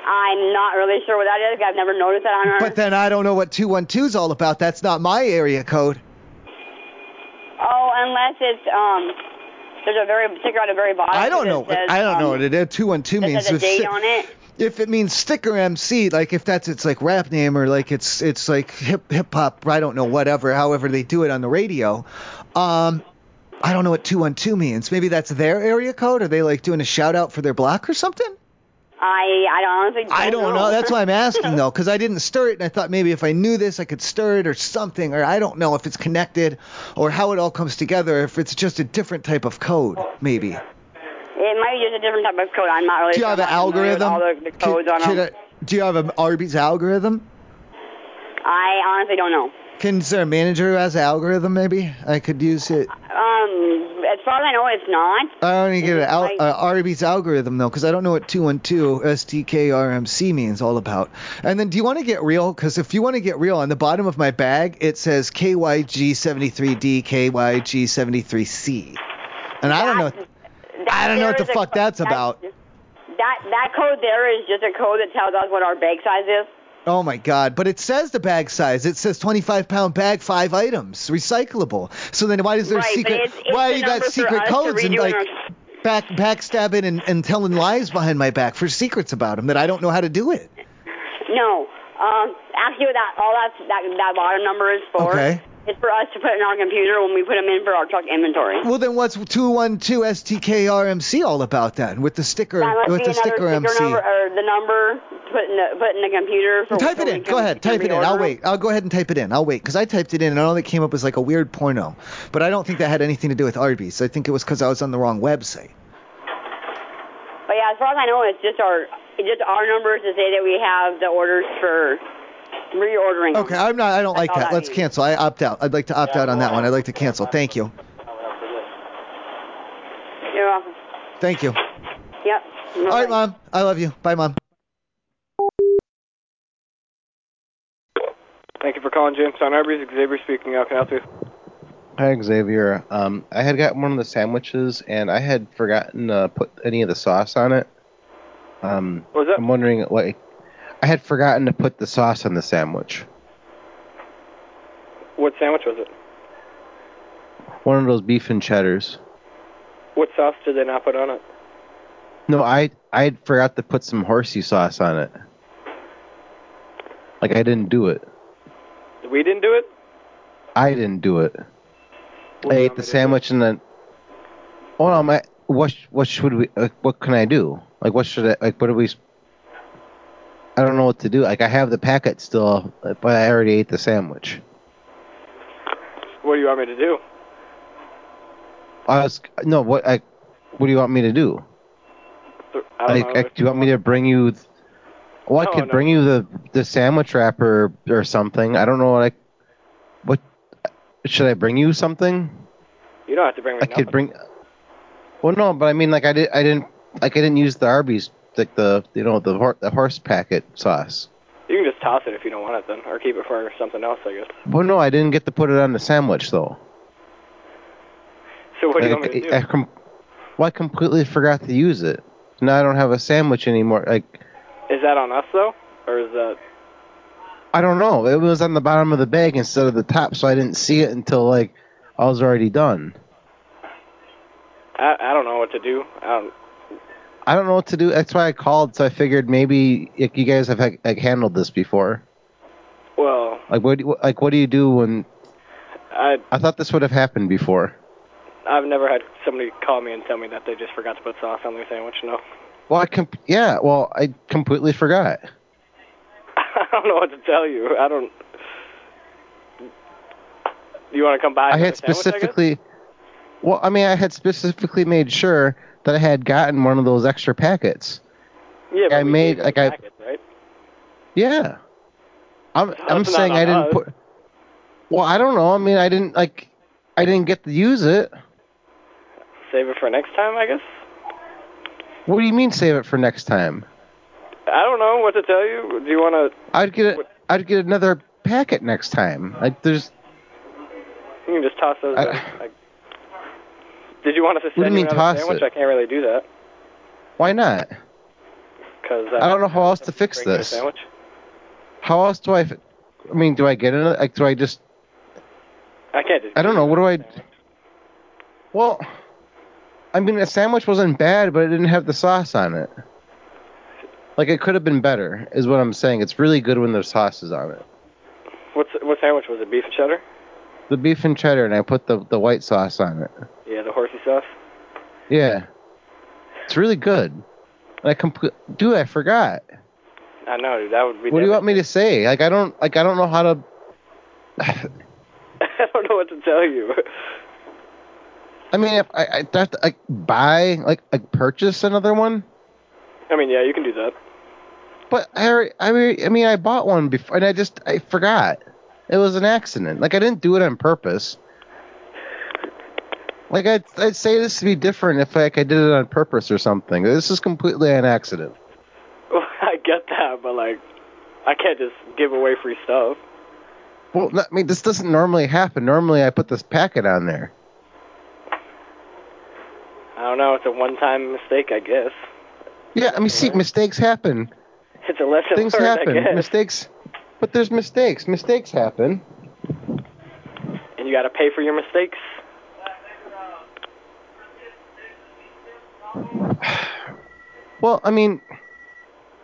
I'm not really sure what that is. I've never noticed that on our.
But then I don't know what 212 is all about. That's not my area code.
oh, unless it's um, there's a very sticker at the very bottom.
I don't
that
know. What,
says,
I don't know
um,
what it is. 212
that
means.
says a
if
date
si-
on it.
If it means sticker MC, like if that's its like rap name or like it's it's like hip hip hop, I don't know whatever, however they do it on the radio. Um, I
Oh,
don't know what two one two means. Maybe that's their area code. Are they like doing a shout out for their block or something?
I I honestly don't
I don't know. That's why I'm
[LAUGHS]
asking though, because I didn't stir it, and I thought maybe if I knew this, I could stir it or something, or I don't know if it's connected, or how it all comes together, if it's just a different type of code, maybe.
It might be just a different type of code. I'm not really.
Do you
sure.
have an
I'm not familiar with
algorithm?
All the, the codes on
Can
them.
I- do you have an Arby's algorithm?
I honestly don't know.
Can is there a manager who has an algorithm? Maybe I could use it.
Um, as far as I know, it's not.
I only get an al-
Like-
uh, Arby's algorithm though, because I don't know what 212 STKRMC means all about. And then, do you want to get real? Because if you want to get real, on the bottom of my bag it says KYG73D, KYG73C, and I don't know. I don't know what the
there is a-
fuck that's about.
That that code there is just a code that tells us what our bag size is.
Oh my god! But it says the bag size. It says 25 pound bag, five items, recyclable. So then, why is there
Right, but
secret?
it's- it's
why
the
you got
number for us
secret
to
codes
read
and
you in
like back backstabbing and, and telling lies behind my back for secrets about them that I don't know how to do it?
No. Um, actually, what that all that that that bottom number is for.
Okay.
It's for us to put in our computer when we put them in for our truck inventory.
Well, then what's 212 STKRMC all about then with the sticker
That must
with
be
the
another
sticker MC?
number or the number put in the put in the computer for.
Type it in. Go ahead. Type it in. I'll wait. I'll go ahead and type it in. I'll wait because I typed it in and all that came up was like a weird porno, but I don't think that had anything to do with Arby's. I think it was because I was on the wrong website.
But yeah, as far as I know, it's just our it's just our numbers to say that we have the orders for reordering.
Okay, I'm not. I don't like that. Let's cancel. I opt out. I'd like to opt out on that one. I'd like to cancel. Thank you.
You're welcome.
Thank you.
Yep.
All right, mom. I love you. Bye, mom.
Thank you for calling Jamestown Arby's. Xavier speaking. How can I help you?
Hi, Xavier. Um, I had gotten one of the sandwiches and I had forgotten to put any of the sauce on it. Um,
What was that?
I'm wondering what I had forgotten to put the sauce on the sandwich.
What sandwich was it?
One of those beef and cheddars.
What sauce did they not put on it?
No, I I had forgot to put some horsey sauce on it. Like I didn't do it.
We didn't do it.
I didn't do it. I ate the sandwich and then. Oh no, my what? What should we? Like, what can I do? Like, what should I? Like, what are we? s- I don't know what to do. Like, I have the packet still, but I already ate the sandwich.
What do you want me to do?
I was no. What? I. What do you want me to do?
I don't
Like,
know.
like, do you want me to bring you? th- Well, I
No,
could
no.
bring you the the sandwich wrapper or something. I don't know. Like, what? Should I bring you something?
You don't have to bring me
I
nothing.
could bring. Well, no, but I mean, like, I did, I didn't, like, I didn't use the Arby's, like the, you know, the hor- the horse packet sauce.
You can just toss it if you don't want it then, or keep it for something else, I guess.
Well, no, I didn't get to put it on the sandwich though.
So what do you
Like,
want me to
I, I
do?
com- well, I completely forgot to use it. Now I don't have a sandwich anymore. Like,
Is that on us though, or is that?
I don't know. It was on the bottom of the bag instead of the top, so I didn't see it until like I was already done.
I I don't know what to do. I don't.
I don't know what to do. That's why I called. So I figured maybe like, you guys have like, like handled this before.
Well,
Like, what? do you- Like, what do you do when?
I
I thought this would have happened before.
I've never had somebody call me and tell me that they just forgot to put sauce on their sandwich. No, [LAUGHS]
Well, I com- yeah. Well, I completely forgot.
I don't know what to tell you. I don't. You want to come by?
I
another
had
sandwich, I guess?
specifically. well, I mean, I had specifically made sure that I had gotten one of those extra packets.
Yeah, but
I
we
made
gave you
like
the
I.
packets, right?
Yeah. I'm I'm
not
saying I
on
didn't
us.
put. Well, I don't know. I mean, I didn't like. I didn't get to use it.
Save it for next time, I guess.
What do you mean save it for next time?
I don't know what to tell you. Do you want to?
I'd get a, I'd get another packet next time. Like there's
You can just toss those.
I-
in. Like, did you want us to
What do you
send
mean
another
toss
sandwich?
it?
I can't really do that
why not?
because
I don't know how else to fix
Bring you a
this.
sandwich.
How else do I? f- I mean, do I get another? Like, do I just?
I can't just.
I don't know. What do I? Well, I mean, the sandwich wasn't bad, but it didn't have the sauce on it. Like, it could have been better, is what I'm saying. It's really good when the sauce is on it.
What's what sandwich was it? Beef and cheddar?
The beef and cheddar, and I put the the white sauce on it.
Yeah, the horsey sauce.
Yeah, it's really good. And I compl- dude, I forgot.
I know that would be. [LAUGHS]
What do you want me to say? Like I don't like I don't know how to.
I don't know what to tell you.
I mean, if I, I have to like buy like like purchase another one,
I mean, yeah, you can do that. [LAUGHS]
but I alre- I mean I mean I bought one before and I just I forgot. It was an accident. Like I didn't do it on purpose. Like I'd, I'd say this to be different if like I did it on purpose or something. This is completely an accident.
Well, I get that, but like, I can't just give away free stuff.
Well, no, I mean, this doesn't normally happen. Normally, I put this packet on there.
I don't know. It's a one-time mistake, I guess.
Yeah, I mean, see, mistakes happen.
It's a lesson
Things
learned,
happen.
I guess.
Mistakes, but there's mistakes. Mistakes happen.
and you got to pay for your mistakes.
[SIGHS] Well, I mean,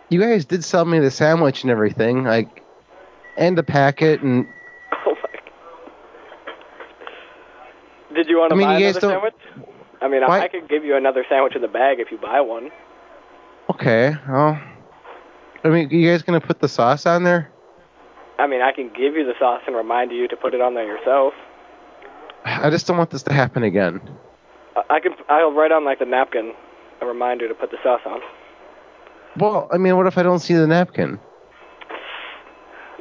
you guys did sell me the sandwich and everything, like, and the packet, and
Did you want to
I mean,
buy
you guys
another sandwich? I mean,
Why-
I, I could give you another sandwich in the bag if you buy one.
okay, well, I mean, you guys gonna put the sauce on there? [SIGHS]
I mean, I can give you the sauce and remind you to put it on there yourself.
I just don't want this to happen again.
I, I can. I'll write on like the napkin a reminder to put the sauce on.
Well, I mean, what if I don't see the napkin?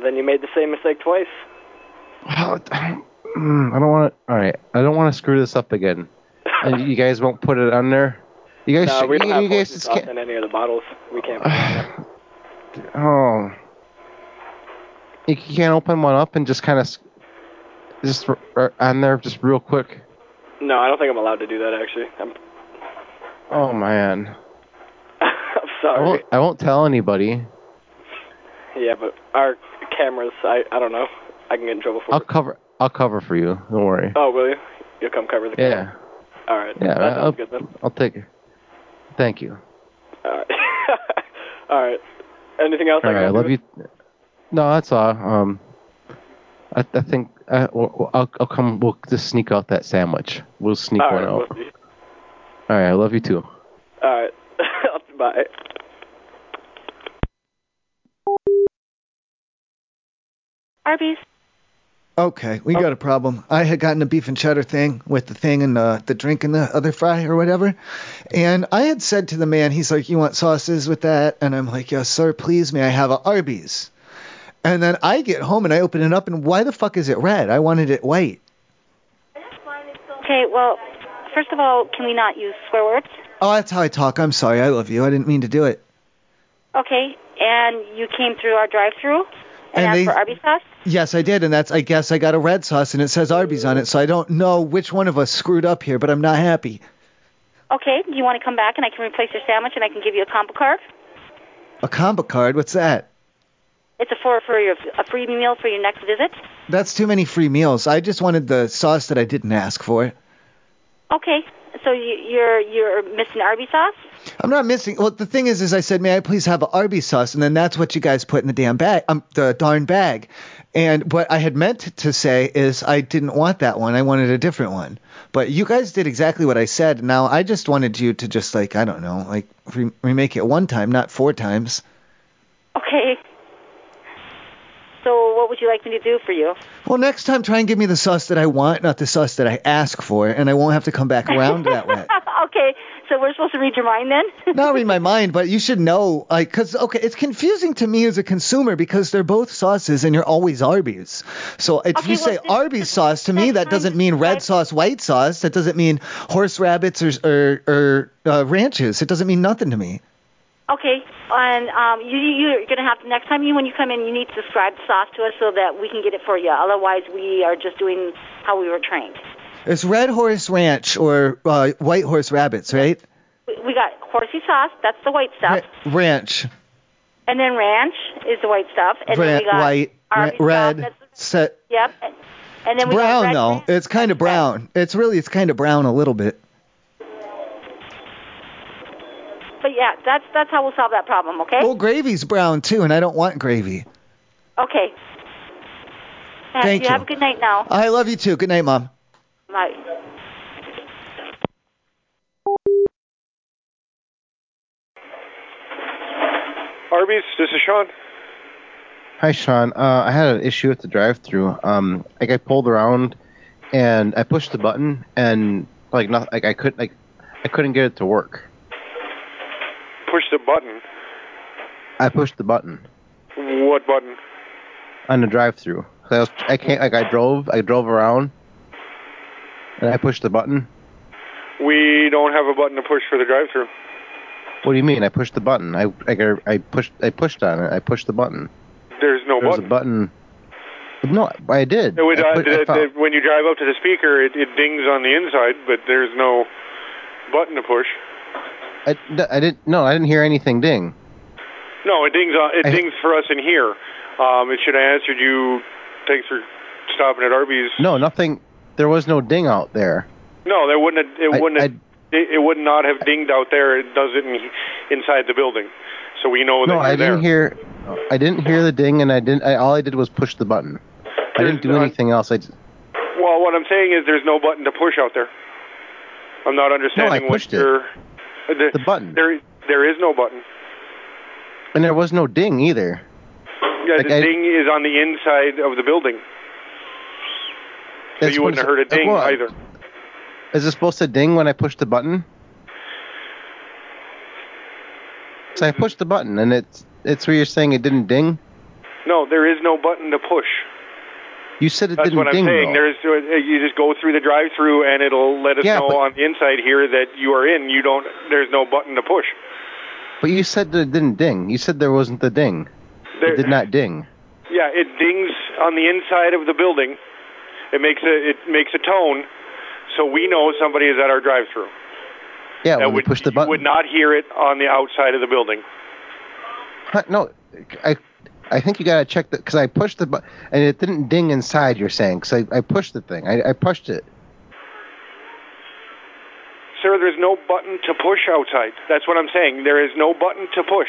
Then you made the same mistake twice.
Well, Oh, I don't- mm, I don't want to. All right, I don't want to screw this up again. And you guys won't put it on there. You guys,
no,
should-
we don't
you,
have
you guys
hoisin
just
sauce
can't.
in any of the bottles. We can't. put it in
[SIGHS]
there.
Oh, you, you can't open one up and just kind of just r- r- on there just real quick.
no, I don't think I'm allowed to do that. Actually, I'm. [LAUGHS]
Oh man,
I'm
I
sorry.
won't. I won't tell anybody. Oh.
Yeah, but our cameras. I. I don't know. I can get in trouble for
I'll
it.
cover. I'll cover for you. Don't worry.
Oh, will you? You'll come cover the.
Yeah.
All right.
Yeah.
That
I'll,
sounds good then.
I'll take it. Thank you.
All right. [LAUGHS] all right. Anything else?
All
I
right, I
can do?
love you. No, that's all. Um, I, I think uh, w- w- I'll, I'll come. We'll just sneak out that sandwich. We'll sneak
All
one
right,
out.
we'll see.
All right, I love you too.
All [LAUGHS] right. Bye.
Arby's.
Okay, we got a problem. I had gotten a beef and cheddar thing with the thing and the, the drink and the other fry or whatever. And I had said to the man, he's like, You want sauces with that? And I'm like, Yes, sir, please, may I have a Arby's? And then I get home and I open it up, and why the fuck is it red? I wanted it white.
Okay, well, first of all, can we not use swear words?
Oh, that's how I talk. I'm sorry. I love you. I didn't mean to do it.
Okay, and you came through our drive-through and,
And
asked
they-
for Arby's sauce.
Yes, I did, and that's I guess I got a red sauce and it says Arby's on it, so I don't know which one of us screwed up here, but I'm not happy.
Okay, do you want to come back and I can replace your sandwich and I can give you a combo card?
A combo card, what's that?
It's a for for your a free meal for your next visit.
That's too many free meals. I just wanted the sauce that I didn't ask for.
Okay, so you, you're you're missing Arby's sauce.
I'm not missing. Well, the thing is, is I said, may I please have an Arby's sauce, and then that's what you guys put in the damn bag, um, the darn bag. And what I had meant to say is I didn't want that one. I wanted a different one. But you guys did exactly what I said. Now I just wanted you to just like I don't know, like re- remake it one time, not four times.
Okay. So what would you like me to do for you?
Well, next time try and give me the sauce that I want, not the sauce that I ask for, and I won't have to come back around that way.
[LAUGHS] okay, so we're supposed to read your mind then?
not read my mind, but you should know, like, because okay, it's confusing to me as a consumer because they're both sauces and you're always Arby's. So if you say Arby's sauce to me, that doesn't mean red sauce, white sauce. That doesn't mean horse rabbits or or, or uh, ranches. It doesn't mean nothing to me.
Okay, and um, you, you're gonna have to next time you when you come in, you need to describe the sauce to us so that we can get it for you. Otherwise, we are just doing how we were trained.
It's red horse ranch or uh, white horse rabbits, right?
We, we got horsey sauce, that's the white stuff,
Ranch,
and then ranch is the white stuff, and
ran-
then we got
white, ra-
Arby's
red, set.
yep, and, and then
It's
we
brown
got red,
though. It's kind of brown. It's really it's kind of brown a little bit.
But yeah, that's that's how we'll solve that problem. Okay.
Well, gravy's brown too, and I don't want gravy.
Okay. Uh,
Thank
you. Have
you.
a good night now.
I love you too. Good night, mom.
Bye.
Kirby's. This is Sean.
Hi, Sean. Uh, I had an issue at the drive-through. Um, like I pulled around, and I pushed the button, and like not like I couldn't like I couldn't get it to work.
Push the button.
I pushed the button
What button?
on the drive-through. So I was I can't like I drove I drove around, and I pushed the button.
We don't have a button to push for the drive-through.
What do you mean? I pushed the button. I I, I pushed I pushed on it. I pushed the button.
There's no
there was
button.
a button. No, I did.
It would,
I
uh,
put-
the-
I found-
the- when you drive up to the speaker, it, it dings on the inside, but there's no button to push.
I, I didn't. No, I didn't hear anything ding.
No, it dings. On, it
I-
dings for us in here. Um, it should have answered you. Thanks for stopping at Arby's.
No, nothing. There was no ding out there.
No, that wouldn't. Have, it
I-
wouldn't. Have, it, it would not have dinged out there. It does it in, inside the building, so we know Oh, that
No,
you're
I
there.
didn't hear. I didn't hear the ding, and I didn't. I, all I did was push the button. I didn't do anything else. I, j-
Well, what I'm saying is there's no button to push out there. I'm not understanding
pushed
what
it.
you're. The,
button.
There, there is no button.
and there was no ding either.
Yeah,
Like
the
I-
ding is on the inside of the building, so
It's
you wouldn't have
supposed
heard a
to-
ding
well,
either.
Is it supposed to ding when I push the button? So I pushed the button, and it's it's where you're saying it didn't ding.
No, there is no button to push.
You said it
That's
didn't
what I'm
ding.
saying.
though.
There's uh, you just go through the drive-through and it'll let us
Yeah,
know
but-
on the inside here that you are in. You don't. There's no button to push.
But you said that it didn't ding. You said there wasn't the ding.
There-
it did not ding.
Yeah, it dings on the inside of the building. It makes a it makes a tone, so we know somebody is at our drive-through.
Yeah,
that
when
would
you push the
you
button.
would not hear it on the outside of the building.
Huh, No, I, I think you gotta check that because I pushed the button and it didn't ding inside. You're saying because I, I pushed the thing. I, I pushed it.
Sir, there's no button to push outside. That's what I'm saying. There is no button to push.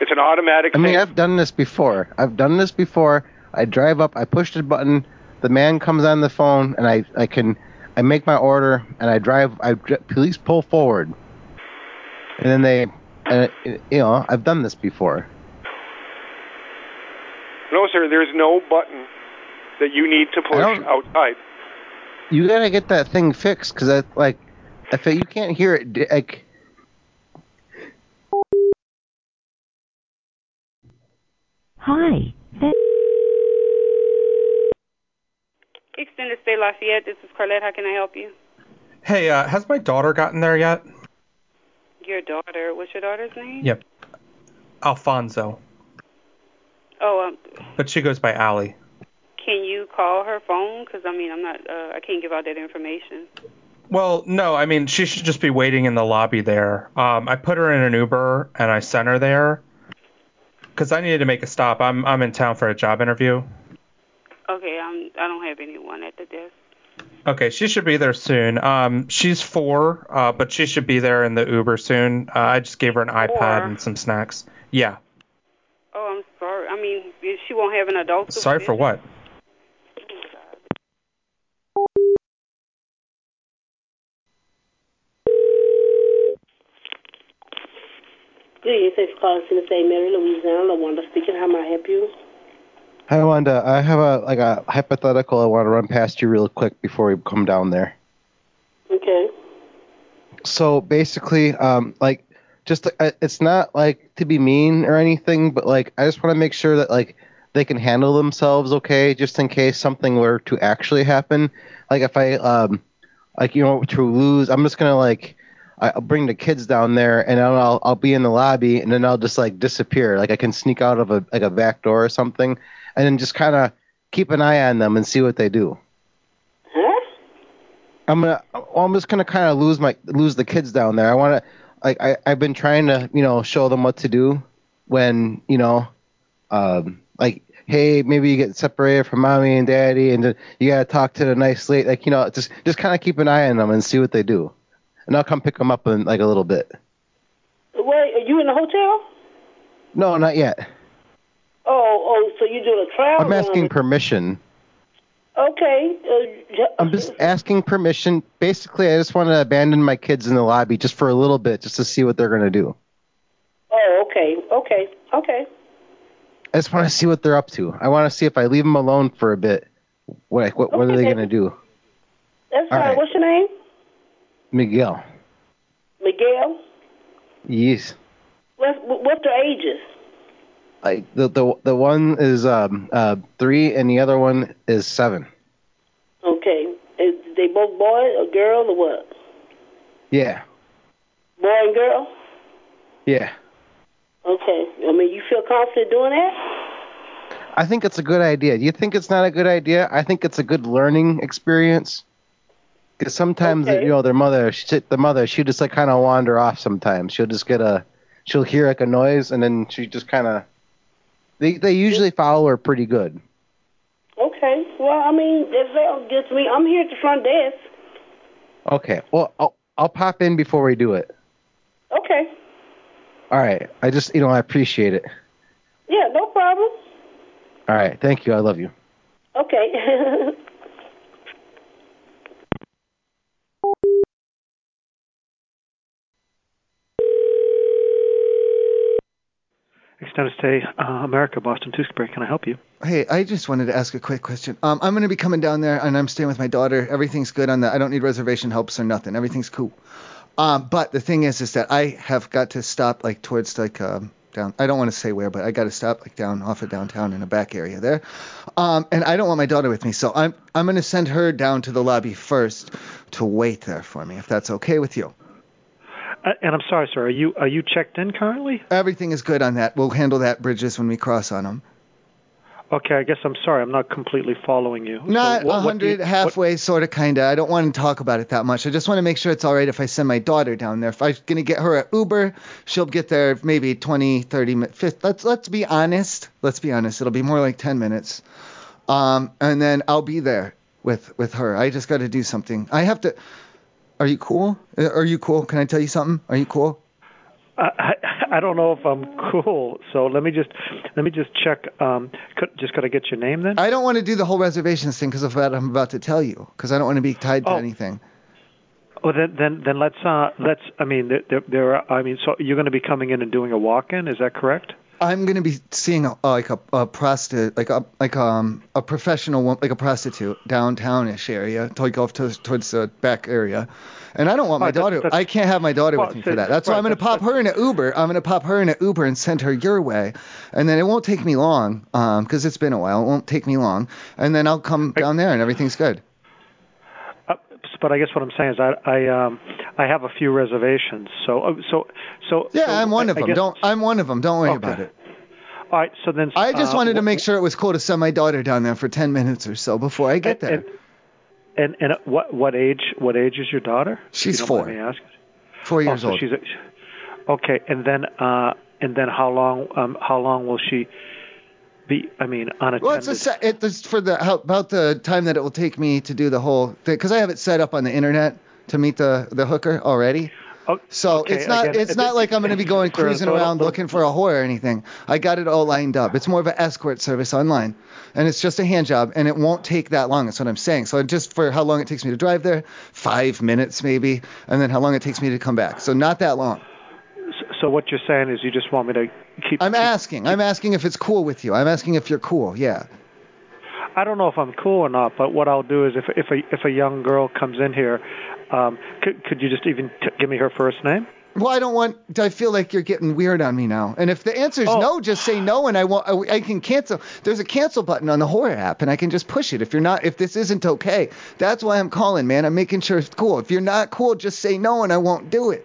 It's an automatic
I mean,
thing.
I've done this before. I've done this before. I drive up. I push the button. The man comes on the phone, and I, I can, I make my order, and I drive. I dr- police pull forward, and then they, and it, you know, I've done this before.
No, sir, there's no button that you need to push outside.
you gotta get that thing fixed because I like if you can't hear it di- like
Hi. Th-
Extended Stay Lafayette. This is Carlette. How can I help you?
Hey, uh, has my daughter gotten there yet?
Your daughter. What's your daughter's name?
Yep. Alfonso.
Oh, um,
But she goes by Allie.
can you call her phone? Because I mean, I'm not. Uh, I can't give out that information.
Well, no, I mean, she should just be waiting in the lobby there. Um, I put her in an Uber and I sent her there because I needed to make a stop. I'm, I'm in town for a job interview.
Okay, I'm. I don't have anyone at the desk.
Okay, she should be there soon. Um, she's four, uh, but she should be there in the Uber soon. Uh, I just gave her an iPad and some snacks. Yeah.
Oh, I'm sorry. I mean, if she won't have an adult.
Sorry for what?
Good evening. Thanks for calling Center State Mary, Louisiana. LaWanda speaking. How may I help you?
Hi Wanda, I have a like a hypothetical I want to run past you real quick before we come down there.
Okay.
So basically, um, like just uh, it's not like to be mean or anything, but like I just want to make sure that like they can handle themselves okay, just in case something were to actually happen. Like if I um, like you know to lose, I'm just gonna like I- I'll bring the kids down there and then I'll I'll be in the lobby and then I'll just like disappear. Like I can sneak out of a like a back door or something, and then just kind of keep an eye on them and see what they do.
Huh?
I'm gonna I'm just gonna kind of lose my lose the kids down there. I want to like I I've been trying to you know show them what to do when you know um like hey maybe you get separated from mommy and daddy and then you gotta talk to the nice lady like you know just just kind of keep an eye on them and see what they do and I'll come pick them up in like a little bit.
Wait, are you in the hotel?
No, not yet.
Oh, oh, so you're doing a trial?
I'm asking
run.
permission.
Okay. Uh, j-
I'm just asking permission. Basically, I just want to abandon my kids in the lobby just for a little bit, just to see what they're gonna do.
oh, okay. Okay, okay, okay.
I just want to see what they're up to. I want to see if I leave them alone for a bit. What what, what are they gonna do?
That's
All
fine.
right.
What's your name?
Miguel.
Miguel.
Yes.
What's what's their ages?
Like the the the one is um uh three and the other one is seven.
Okay. Is they both boy or girl or what?
Yeah.
Boy and girl?
Yeah.
Okay. I mean, you feel confident doing that?
I think it's a good idea. Do you think it's not a good idea? I think it's a good learning experience. Because sometimes you know their mother, she, the mother, she just like kind of wander off. Sometimes she'll just get a, she'll hear like a noise and then she just kind of. They they usually follow her pretty good.
Okay. Well, I mean, if they don't get to me, I'm here at the front desk.
Okay. Well, I'll I'll pop in before we do it.
Okay.
All right. I just you know I appreciate it.
Yeah, no problem.
All right. Thank you. I love you.
Okay. [LAUGHS]
Extended Stay uh, America, Boston Tewksbury. Can I help you?
Hey, I just wanted to ask a quick question. Um, I'm going to be coming down there, and I'm staying with my daughter. Everything's good on that. I don't need reservation helps or nothing. Everything's cool. Um, but the thing is, is that I have got to stop like towards like um, down. I don't want to say where, but I got to stop like down off of downtown in a back area there. Um, and I don't want my daughter with me, so I'm I'm going to send her down to the lobby first to wait there for me, if that's okay with you.
Uh, and I'm sorry, sir. Are you are you checked in currently?
Everything is good on that. We'll handle that bridges when we cross on them.
Okay, I guess I'm sorry. I'm not completely following you.
Not
So what- what do you-
100, halfway, sort of, kind of. I don't want to talk about it that much. I just want to make sure it's all right if I send my daughter down there. If I'm going to get her an Uber, she'll get there maybe 20, 30 minutes. Let's, let's be honest. Let's be honest. It'll be more like 10 minutes. Um, and then I'll be there with, with her. I just got to do something. I have to. Are you cool? Uh, Are you cool? Can I tell you something? Are you cool?
I, I [LAUGHS] I don't know if I'm cool. So let me just let me just check. Um, could, just gotta get your name then.
I don't want to do the whole reservations thing because of what I'm about to tell you because I don't want to be tied
Oh.
to anything.
Well, oh, then then then let's uh let's. I mean there there, there are. I mean so you're gonna be coming in and doing a walk-in. Is that correct?
I'm gonna be seeing a, like a, a prostitute, like a like um a professional woman, like a prostitute downtown-ish area, to, like off to, towards the back area, and I don't want my
Right, that's-
daughter.
that's-
I can't have my daughter
Well,
with me
so-
for that. That's why
right,
I'm gonna pop her in an Uber. I'm gonna pop her in an Uber and send her your way, and then it won't take me long, um, because it's been a while. It won't take me long, and then I'll come down there and everything's good.
But I guess what I'm saying is I I um I have a few reservations. So uh, so so
Yeah,
so
I'm one
I-
of
I
them.
guess-
Don't I'm one of them. Don't worry about it.
All right. So then
I just
uh,
wanted to
wh-
make sure it was cool to send my daughter down there for 10 minutes or so before I get there.
And, and and uh, at what what age what age is your daughter? If you
She's
don't
four.
Mind me asking.
Four
Oh,
years
so
old.
She's a, okay, and then uh and then how long um how long will she be? I mean, unattended.
Well, it's a set, it, it's for the how, about the time that it will take me to do the whole thing because I have it set up on the internet to meet the the hooker already.
Oh,
so
okay,
it's not
again,
it's
it-
not like I'm going to be going
for a
cruising
little-
around looking for a whore or anything. I got it all lined up. It's more of an escort service online, and it's just a hand job, and it won't take that long. That's what I'm saying. So just for how long it takes me to drive there, five minutes maybe, and then how long it takes me to come back. So not that long.
so what you're saying is you just want me to keep.
I'm asking. I'm asking if it's cool with you. I'm asking if you're cool. Yeah.
I don't know if I'm cool or not, but what I'll do is if if a if a young girl comes in here, um, could could you just even t- give me her first name?
Well, I don't want. I feel like you're getting weird on me now. And if the answer is no, just say no, and I won't. I, I can cancel. There's a cancel button on the horror app, and I can just push it. If you're not, if this isn't okay, that's why I'm calling, man. I'm making sure it's cool. If you're not cool, just say no, and I won't do it.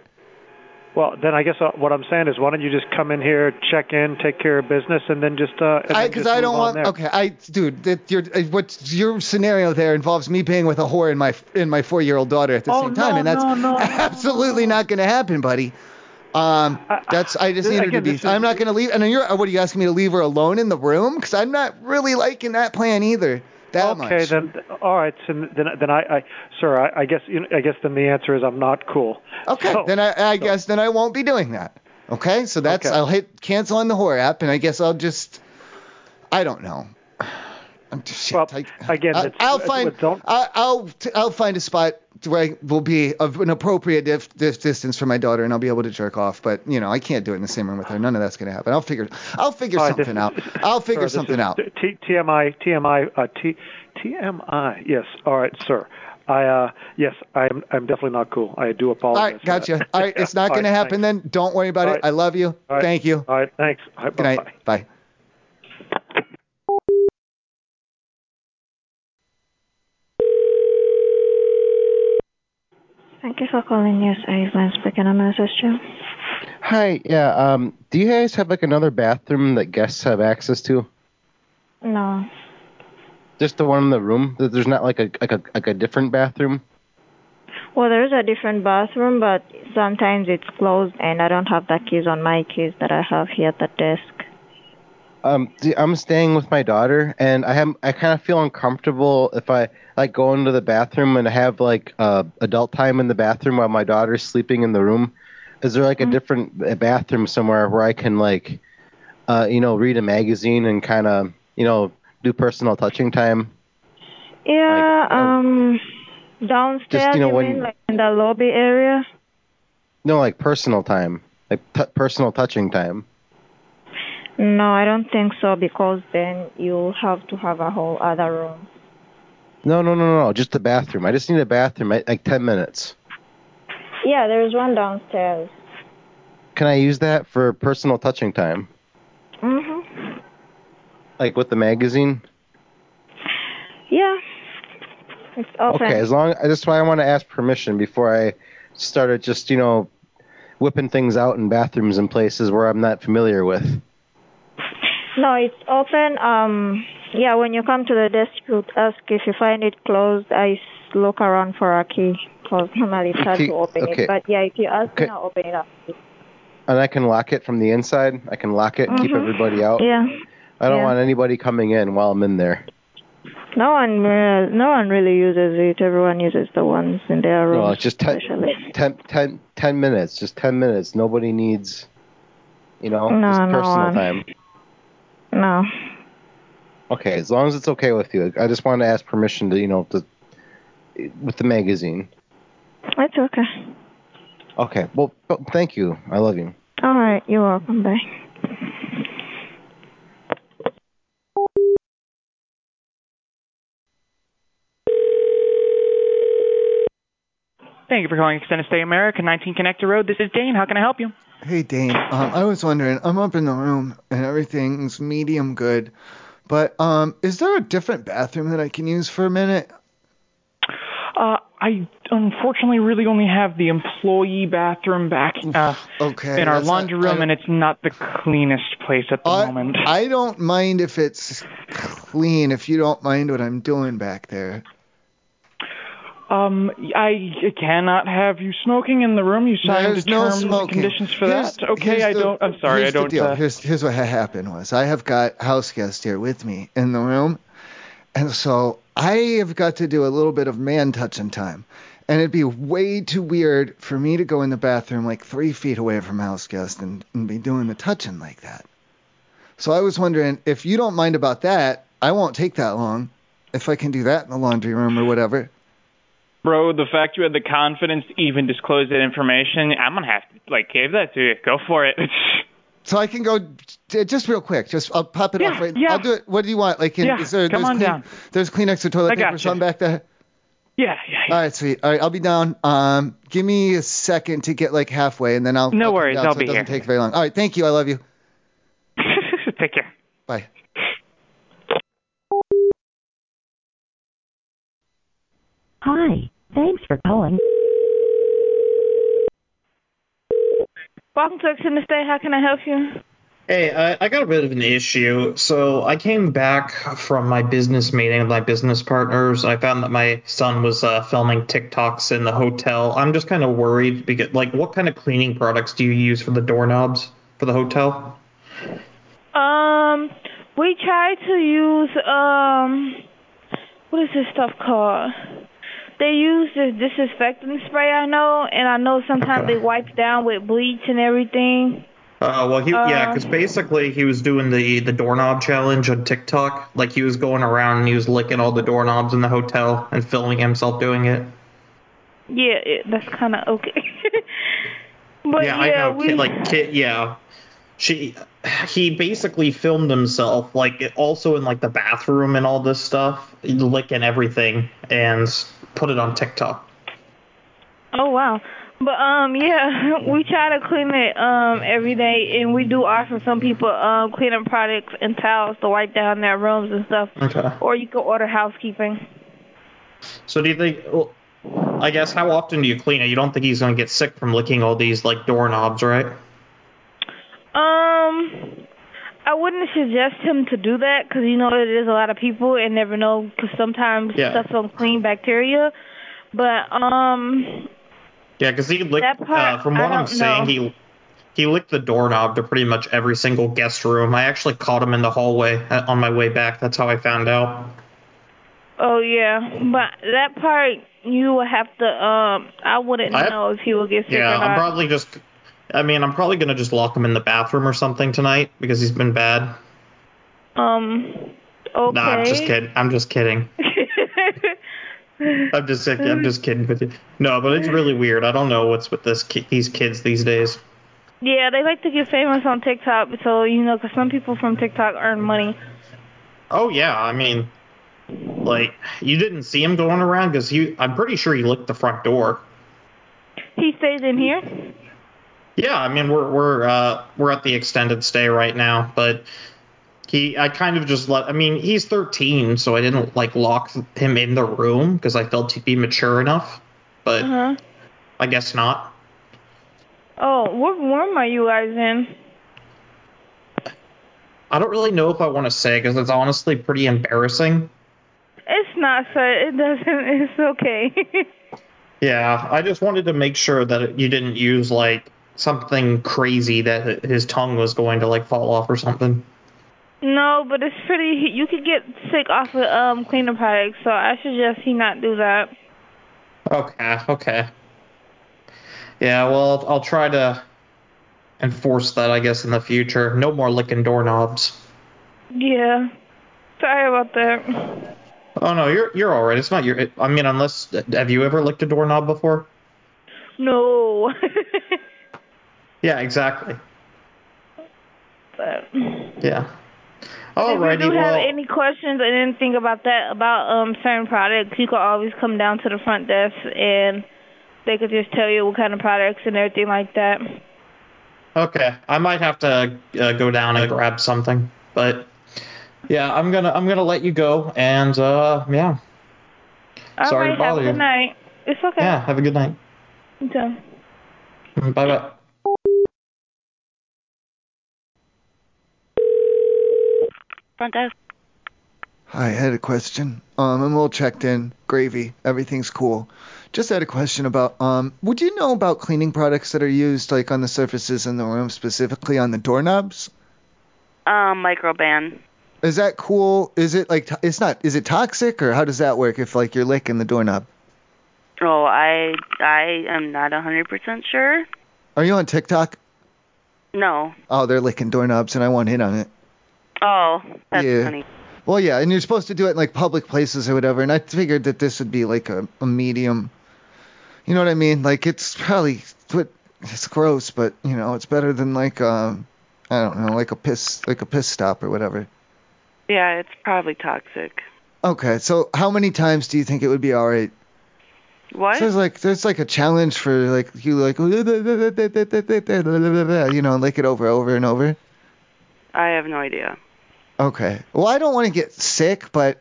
Well, then I guess uh, what I'm saying is why don't you just come in here, check in, take care of business, and then just uh. and then
Because
just
I,
move
don't
on
want.
there.
Okay, I, dude, that your uh, what your scenario there involves me being with a whore and my and my four year old daughter at the
Oh,
same time,
no,
and that's
no, no, no,
absolutely not going to happen, buddy. Um, that's I just
this-
needed
again,
to be.
this is-
I'm not going to leave. And then you're. What are you asking me to leave her alone in the room? Because I'm not really liking that plan either. That much.
Okay, then all right. So then, then I, I sir, I, I guess you know, I guess then the answer is I'm not cool.
Okay, then I, I guess then I won't be doing that. Okay, so that's I'll hit cancel on the whore app, and I guess I'll just I don't know. I'm just, shit, I,
Again,
I,
that's-
I'll
that's
find
what don't-
I, I'll t- I'll find a spot right, will be of an appropriate dif- dif- distance from my daughter, and I'll be able to jerk off. But you know, I can't do it in the same room with her. None of that's gonna happen. I'll figure, I'll figure
All right, this
something
is-
out.
[LAUGHS]
I'll figure
Sir, this
something
is
out.
T- TMI, TMI, uh, T- TMI. Yes. All right, sir. I uh, yes, I'm I'm definitely not cool. I do
All
apologize.
right,
for
gotcha.
that.
All right,
[LAUGHS]
it's not
uh, All right,
gonna happen then. Don't worry about
All
it.
right.
I love you.
All right.
Thank you.
All right, thanks. All right,
Good night. Bye.
Thank you for calling News 8 Landsberg and I'm assist you.
Hi, yeah. Um, do you guys have like another bathroom that guests have access to?
No,
Just the one in the room? That there's not like a like a like a different bathroom?
Well, there is a different bathroom, but sometimes it's closed, and I don't have the keys on my keys that I have here at the desk.
Um, d- I'm staying with my daughter, and I have I kind of feel uncomfortable if I like go into the bathroom and have like uh, adult time in the bathroom while my daughter's sleeping in the room. Is there like a different b- bathroom somewhere where I can like, uh, you know, read a magazine and kind of you know do personal touching time?
Yeah, um, downstairs,
oh. Just, you know,
you
when-
mean, like in the lobby area?
No, like personal time, like t- personal touching time.
No, I don't think so because then you'll have to have a whole other room.
No, no, no, no, no, just the bathroom. I just need a bathroom, I, like ten minutes.
Yeah, there is one downstairs.
Can I use that for personal touching time,
Mhm.
like with the magazine?
Yeah, it's open.
Okay, as long I just why I want to ask permission before I started just you know whipping things out in bathrooms and places where I'm not familiar with.
No, it's open. Um, yeah, when you come to the desk, you ask if you find it closed. I s- look around for a key because normally it's hard
Okay,
to open
okay.
it. But yeah, if you ask,
Okay.
me, I'll open it up.
And I can lock it from the inside. I can lock it, keep
Mhm.
everybody out.
Yeah.
I don't
yeah.
want anybody coming in while I'm in there.
No one, uh, no one really uses it. Everyone uses the ones in their room.
Well, it's just 10,
especially.
10, 10 10 minutes, just 10 minutes. Nobody needs, you know,
No,
just
no
personal
one.
time.
No.
Okay, as long as it's okay with you. I just want to ask permission to, you know, to, with the magazine.
It's okay.
Okay, well, th- thank you. I love you.
All right, you're welcome. Bye.
Thank you for calling Extended Stay America, 19 Connector Road. This is Dane. How can I help you?
Hey Dane, um, I was wondering. I'm up in the room and everything's medium good, but um, is there a different bathroom that I can use for a minute?
Uh, I unfortunately really only have the employee bathroom back uh,
okay,
in our
that's not-
laundry
I
room,
don't-
and it's not the cleanest place at the moment.
I don't mind if it's clean, if you don't mind what I'm doing back there.
Um, I cannot have you smoking in the room. You signed
There's
the
no
terms and
smoking.
conditions for
Here's-
that. Okay,
here's
I
the-
don't. I'm sorry,
here's
I don't.
The deal.
uh,
here's here's what ha- happened was I have got house guests here with me in the room, and so I have got to do a little bit of man touching time, and it'd be way too weird for me to go in the bathroom like three feet away from house guest and, and be doing the touching like that. So I was wondering if you don't mind about that, I won't take that long if I can do that in the laundry room or whatever.
Bro, the fact you had the confidence to even disclose that information, I'm gonna have to like give that to you. Go for it. [LAUGHS]
So I can go j- just real quick. Just I'll pop it off right. I'll do it. What do you want? Like, in,
Yeah,
is there
come
there's
on
clean,
down.
There's Kleenex or toilet
I
paper or
gotcha.
something back there.
Yeah,
All right, sweet. All right, I'll be down. Um, give me a second to get like halfway, and then I'll. No
worries,
Down,
I'll
so
be
it doesn't
here.
take very long. All right, thank you. I love you.
[LAUGHS] Take care.
Bye.
Hi. Thanks for calling.
Welcome to Extended Stay. How can I help you?
Hey, I, I got a bit of an issue. So I came back from my business meeting with my business partners. I found that my son was uh, filming TikToks in the hotel. I'm just kind of worried because, like, what kind of cleaning products do you use for the doorknobs for the hotel?
Um, we try to use um, what is this stuff called? They use this disinfectant spray, I know, and I know sometimes they wipe down with bleach and everything.
Uh, well, he, yeah,
Uh.
because basically he was doing the the doorknob challenge on TikTok. Like he was going around and he was licking all the doorknobs in the hotel and filming himself doing it.
Yeah, it, that's kind of okay. [LAUGHS] but
yeah,
yeah,
I know.
we
Ki- Like, ki yeah, she, he basically filmed himself, like it- also in like the bathroom and all this stuff, licking everything, and put it on TikTok.
Oh wow. But um yeah, [LAUGHS] we try to clean it um every day and we do offer some people um cleaning products and towels to wipe down their rooms and stuff.
Okay.
Or you can order housekeeping.
So do you think? Well, I guess how often do you clean it? You don't think he's gonna get sick from licking all these like doorknobs, right?
Um I wouldn't suggest him to do that cuz you know it is a lot of people and never know cuz sometimes
Yeah.
stuff's on clean bacteria. But um
Yeah, because he licked.
That part,
uh, from
I
what I'm
don't
seeing,
know.
he he licked the doorknob to pretty much every single guest room. I actually caught him in the hallway uh, on my way back. That's how I found out.
oh yeah, but that part you will have to um I wouldn't
I have-
know if he will get sick
Yeah,
or not.
I'm probably just. I mean, I'm probably gonna just lock him in the bathroom or something tonight because he's been bad.
Um. Okay.
Nah, I'm just kidding. I'm just
[LAUGHS]
kidding. I'm just I'm just kidding with you. No, but it's really weird. I don't know what's with this ki- these kids these days.
yeah, they like to get famous on TikTok, so you know, 'cause some people from TikTok earn money.
Oh yeah, I mean, like you didn't see him going around because he. I'm pretty sure he licked the front door.
He stays in here.
Yeah, I mean we're we're uh, we're at the extended stay right now, but he I kind of just let. I mean he's 13, so I didn't like lock him in the room because I felt he'd be mature enough, but
Uh huh.
I guess not.
Oh, what room are you guys in?
I don't really know if I want to say because it's honestly pretty embarrassing.
It's not, so it doesn't. [LAUGHS] It's okay. [LAUGHS]
Yeah, I just wanted to make sure that you didn't use like something crazy that his tongue was going to like fall off or something.
no, but it's pretty. You could get sick off of um cleaning products, so I suggest he not do that.
Okay, okay. Yeah, well, I'll, I'll try to enforce that, I guess, in the future. No more licking doorknobs.
Yeah. Sorry about that.
Oh no, you're you're all right. It's not your. I mean, unless have you ever licked a doorknob before?
No. [LAUGHS]
Yeah, exactly.
but.
Yeah.
If you
Alrighty,
do have
well,
any questions and anything about that, about um certain products, you can always come down to the front desk and they could just tell you what kind of products and everything like that.
okay. I might have to uh, go down and grab something, but yeah, I'm gonna I'm gonna let you go, and uh, yeah.
All
Sorry
right,
to
have a
bother you.
good night. It's okay.
Yeah, have a good night.
Okay.
Bye bye.
Front desk.
Hi, I had a question. Um, I'm all checked in, gravy, everything's cool. Just had a question about um, would you know about cleaning products that are used like on the surfaces in the room, specifically on the doorknobs?
Um, microban.
Is that cool? Is it like to- it's not? Is it toxic or how does that work if like you're licking the doorknob?
Oh, I I am not a hundred percent sure.
Are you on TikTok?
No.
Oh, they're licking doorknobs and I want in on it.
Oh, that's
yeah.
funny.
Well, yeah, and you're supposed to do it in like public places or whatever, and I figured that this would be like a, a medium. You know what I mean? Like it's probably it's gross, but you know it's better than like um I don't know like a piss like a piss stop or whatever.
Yeah, it's probably toxic.
Okay, so how many times do you think it would be all right?
What?
So there's like there's like a challenge for like you like you know like it over over and over.
I have no idea.
Okay. Well, I don't want to get sick, but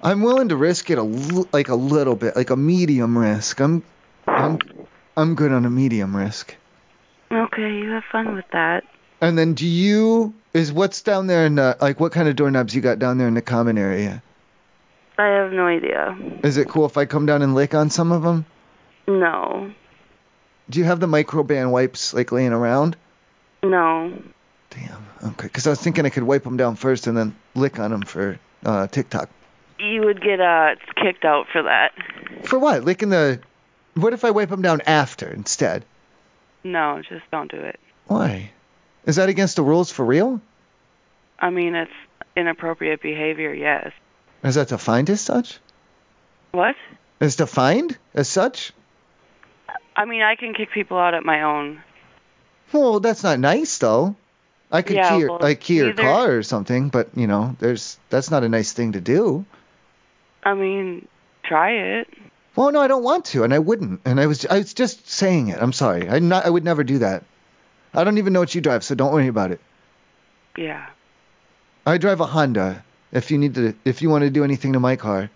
I'm willing to risk it a l- like a little bit, like a medium risk. I'm I'm I'm good on a medium risk.
Okay, you have fun with that.
And then do you is what's down there in the like what kind of doorknobs you got down there in the common area?
I have no idea.
Is it cool if I come down and lick on some of them?
No.
Do you have the microban wipes like laying around?
No.
Okay, cuz I was thinking I could wipe them down first and then lick on them for uh TikTok.
You would get uh kicked out for that.
For what? Licking the What if I wipe them down after instead?
No, just don't do it.
Why? Is that against the rules for real?
I mean, it's inappropriate behavior. Yes.
Is that defined as such?
What?
Is defined as such?
I mean, I can kick people out at my own.
Well, that's not nice though. I could
Yeah,
key your,
well,
like key your
neither-
car or something, but you know, there's that's not a nice thing to do.
I mean, try it.
Well, no, I don't want to, and I wouldn't, and I was I was just saying it. I'm sorry. I not I would never do that. I don't even know what you drive, so don't worry about it.
Yeah.
I drive a Honda. If you need to, if you want to do anything to my car.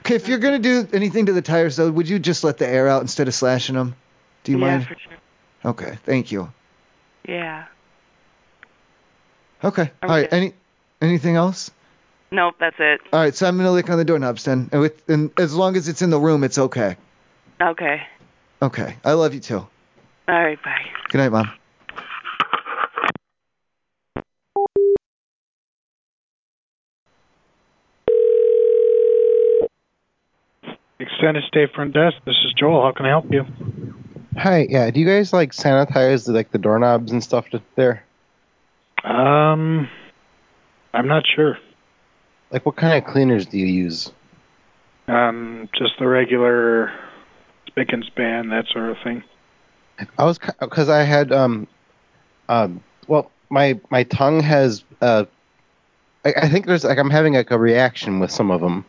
Okay, if you're gonna do anything to the tires though, would you just let the air out instead of slashing them? Do you
yeah,
mind?
For sure.
Okay, thank you.
Yeah.
Okay. All right. Any anything else?
Nope, that's it.
All right. So I'm gonna lick on the doorknobs then, and with and as long as it's in the room, it's okay.
Okay.
Okay. I love you too.
All right, bye.
Good night, mom.
Extended stay front desk. This is Joel. How can I help you?
Hi, yeah. Do you guys like sanitize like the doorknobs and stuff to- there?
Um, I'm not sure.
Like, what kind of cleaners do you use?
Um, just the regular spick and span, that sort of thing.
I was because I had um, um, well, my my tongue has uh, I, I think there's like I'm having like a reaction with some of them.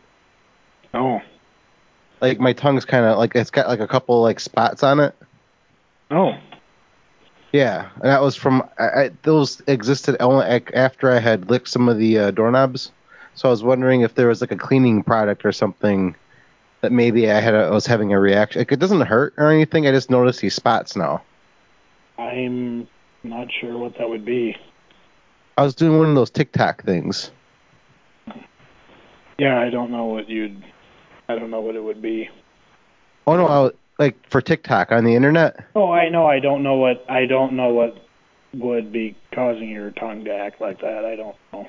Oh.
Like my tongue's kind of like it's got like a couple like spots on it.
Oh.
Yeah, and that was from I, I, those existed only ac- after I had licked some of the uh, doorknobs. So I was wondering if there was like a cleaning product or something that maybe I had a, I was having a reaction. Like it doesn't hurt or anything. I just noticed these spots now.
I'm not sure what that would be.
I was doing one of those TikTok things.
Yeah, I don't know what you'd. I don't know what it would be.
Oh no, I was, like for TikTok on the internet.
Oh, I know. I don't know what. I don't know what would be causing your tongue to act like that. I don't know.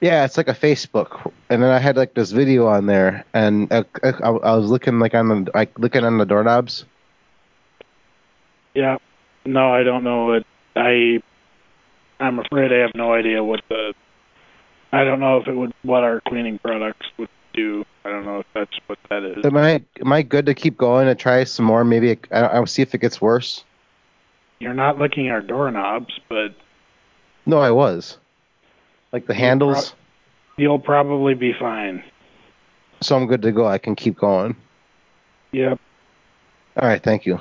Yeah, it's like a Facebook, and then I had like this video on there, and I, I, I was looking like on the like looking on the doorknobs.
Yeah. No, I don't know it. I. I'm afraid I have no idea what the. I don't know if it would what our cleaning products would do. I don't know if that's what that is.
Am I am I good to keep going and try some more? Maybe it, I, I'll see if it gets worse.
You're not licking our doorknobs, but
No, I was. Like the handles,
you'll probably be fine.
so I'm good to go. I can keep going.
Yep.
All right, thank you.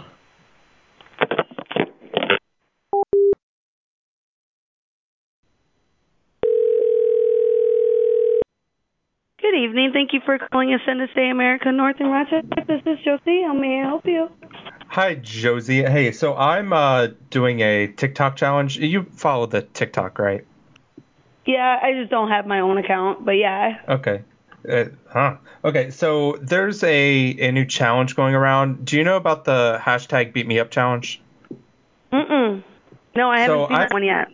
Good evening. Thank you for calling Ascended Stay America North in Rochester. This is Josie. How may I help you?
Hi, Josie. Hey, so I'm uh, doing a TikTok challenge. You follow the TikTok, right?
Yeah, I just don't have my own account, but yeah.
Okay. Uh, huh. Okay, so there's a, a new challenge going around. Do you know about the hashtag Beat Me Up challenge?
Mm-mm. No, I haven't
So
seen
I-
that one yet.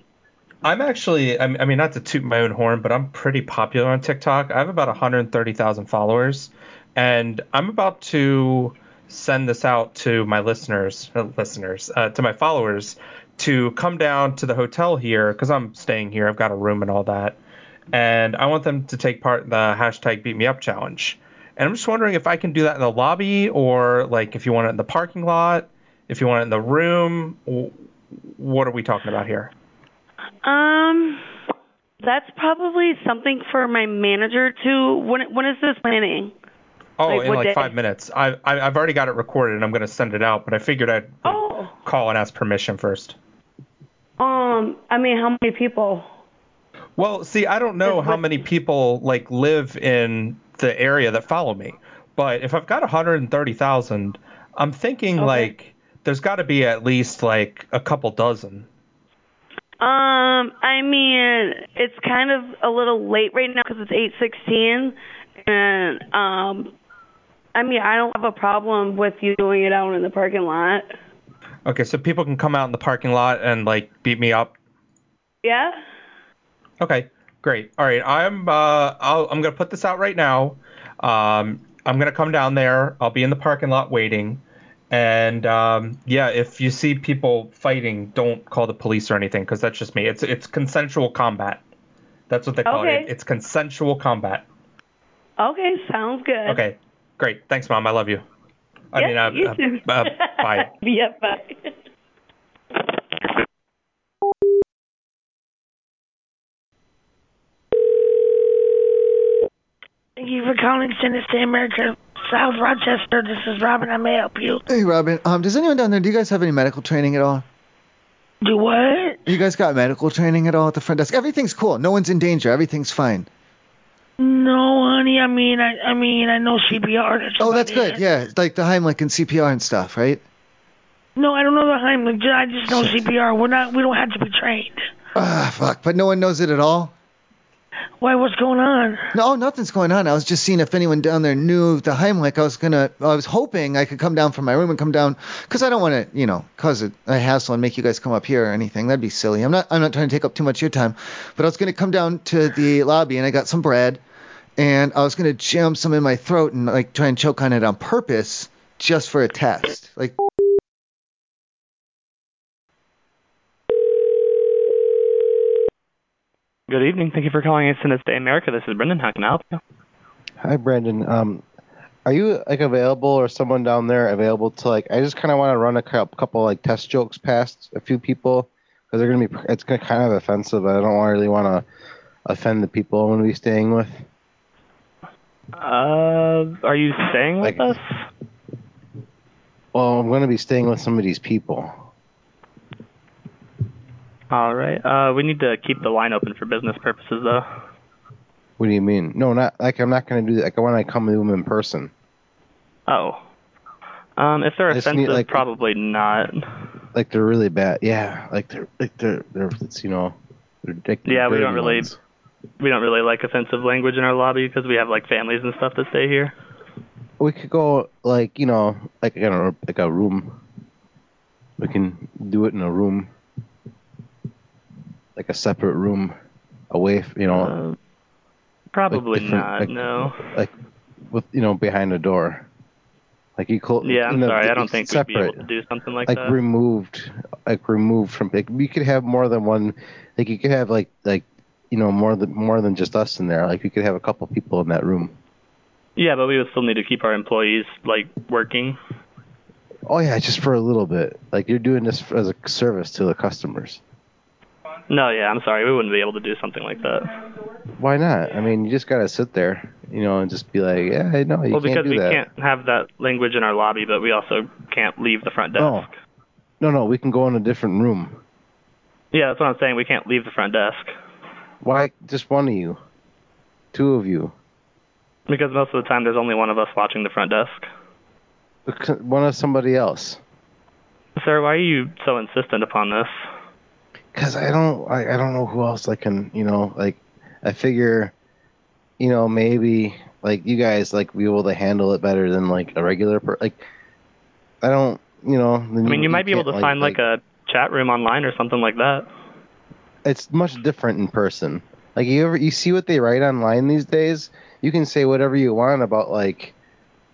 I'm actually, I'm- I mean, not to toot my own horn, but I'm pretty popular on TikTok. I have about 130,000 followers, and I'm about to send this out to my listeners, uh, listeners, uh, to my followers, to come down to the hotel here because I'm staying here. I've got a room and all that, and I want them to take part in the hashtag Beat Me Up challenge. And I'm just wondering if I can do that in the lobby or like if you want it in the parking lot, if you want it in the room. W- what are we talking about here?
Um, that's probably something for my manager to. When when is this planning?
Oh,
Like,
in
what
like
day?
five minutes. I, I I've already got it recorded and I'm gonna send it out, but I figured I'd
Oh.
call and ask permission first.
Um, I mean, how many people?
Well, see, I don't know how many people like live in the area that follow me, but if I've got 130,000, I'm thinking like there's got to be at least like a couple dozen.
Um, I mean, it's kind of a little late right now because it's eight sixteen, and um, I mean, I don't have a problem with you doing it out in the parking lot.
Okay, so people can come out in the parking lot and like beat me up.
Yeah.
Okay, great. All right, I'm uh, I'll, I'm gonna put this out right now. Um, I'm gonna come down there. I'll be in the parking lot waiting. And um, yeah, if you see people fighting, don't call the police or anything, because that's just me. It's it's consensual combat. That's what they call
Okay.
it. It's consensual combat.
Okay, sounds good. [LAUGHS]
Okay, great. Thanks, mom. I love you. I mean, I,
you
I,
too.
uh,
[LAUGHS]
bye.
yeah, bye.
Thank you for calling Send Us to America, South Rochester. This is Robin. I may help you.
Hey, Robin. Um, does anyone down there? Do you guys have any medical training at all?
Do what?
You guys got medical training at all at the front desk? Everything's cool. No one's in danger. Everything's fine.
No, honey. I mean, I, I mean, I know CPR. That's
Oh, that's
about it.
good. Yeah, it's like the Heimlich and CPR and stuff, right?
No, I don't know the Heimlich. I just know CPR. We're not. We don't have to be trained.
Ah, fuck. But no one knows it at all.
Why? What's going on?
No, oh, nothing's going on. I was just seeing if anyone down there knew the Heimlich. I was gonna. I was hoping I could come down from my room and come down because I don't want to, you know, cause a, a hassle and make you guys come up here or anything. That'd be silly. I'm not. I'm not trying to take up too much of your time. But I was gonna come down to the lobby and I got some bread, and I was gonna jam some in my throat and like try and choke on it on purpose just for a test. Like.
Good evening. Thank you for calling us in this day America. This is Brendan. How can I help you?
Hi, Brandon. Um, are you like available or someone down there available to like? I just kind of want to run a cou- couple like test jokes past a few people because they're gonna be it's gonna kind of offensive. I don't wanna- really want to offend the people I'm gonna be staying with.
Uh, are you staying with us?
Well, I'm gonna be staying with some of these people.
All right. Uh, we need to keep the line open for business purposes, though.
What do you mean? No, not like I'm not gonna do that. Like I want to come to them in person.
Oh. Um, if they're
I just need,
offensive,
like-
probably not.
Like they're really bad. Yeah, like they're like they're they're it's you know they're like,
Yeah, we
dirty
don't really
ones.
we don't really like offensive language in our lobby because we have like families and stuff that stay here.
We could go like you know like in a like a room. We can do it in a room, like a separate room, away f- you know. like
Probably
different-
not.
like-
no.
Like with you know behind a door, like you call.
Yeah, I'm
you know,
sorry. I don't
it's
think
separate.
we'd be able to do something like, that.
removed, like removed from. Like we could have more than one. Like you could have like like you know more than more than just us in there. Like we could have a couple people in that room.
yeah, but we would still need to keep our employees like working.
Oh yeah, just for a little bit. Like you're doing this as a service to the customers.
No, yeah, I'm sorry. We wouldn't be able to do something like that.
Why not? I mean, you just gotta sit there, you know, and just be like, yeah, hey, no, you
well,
can't
because
do
we
that.
can't have that language in our lobby, but we also can't leave the front desk.
No, no, no. We can go in a different room.
Yeah, that's what I'm saying. We can't leave the front desk
Why just one of you? Two of you.
because most of the time there's only one of us watching the front desk.
Because- One of somebody else.
Sir, why are you so insistent upon this?
Cause I don't, I, I don't know who else I can, you know, like, I figure, you know, maybe like you guys like be able to handle it better than like a regular per. Like, I don't, you know.
I mean, you, might be able to find like, a chat room online or something like that.
it's much different in person. Like you ever you see what they write online these days? You can say whatever you want about like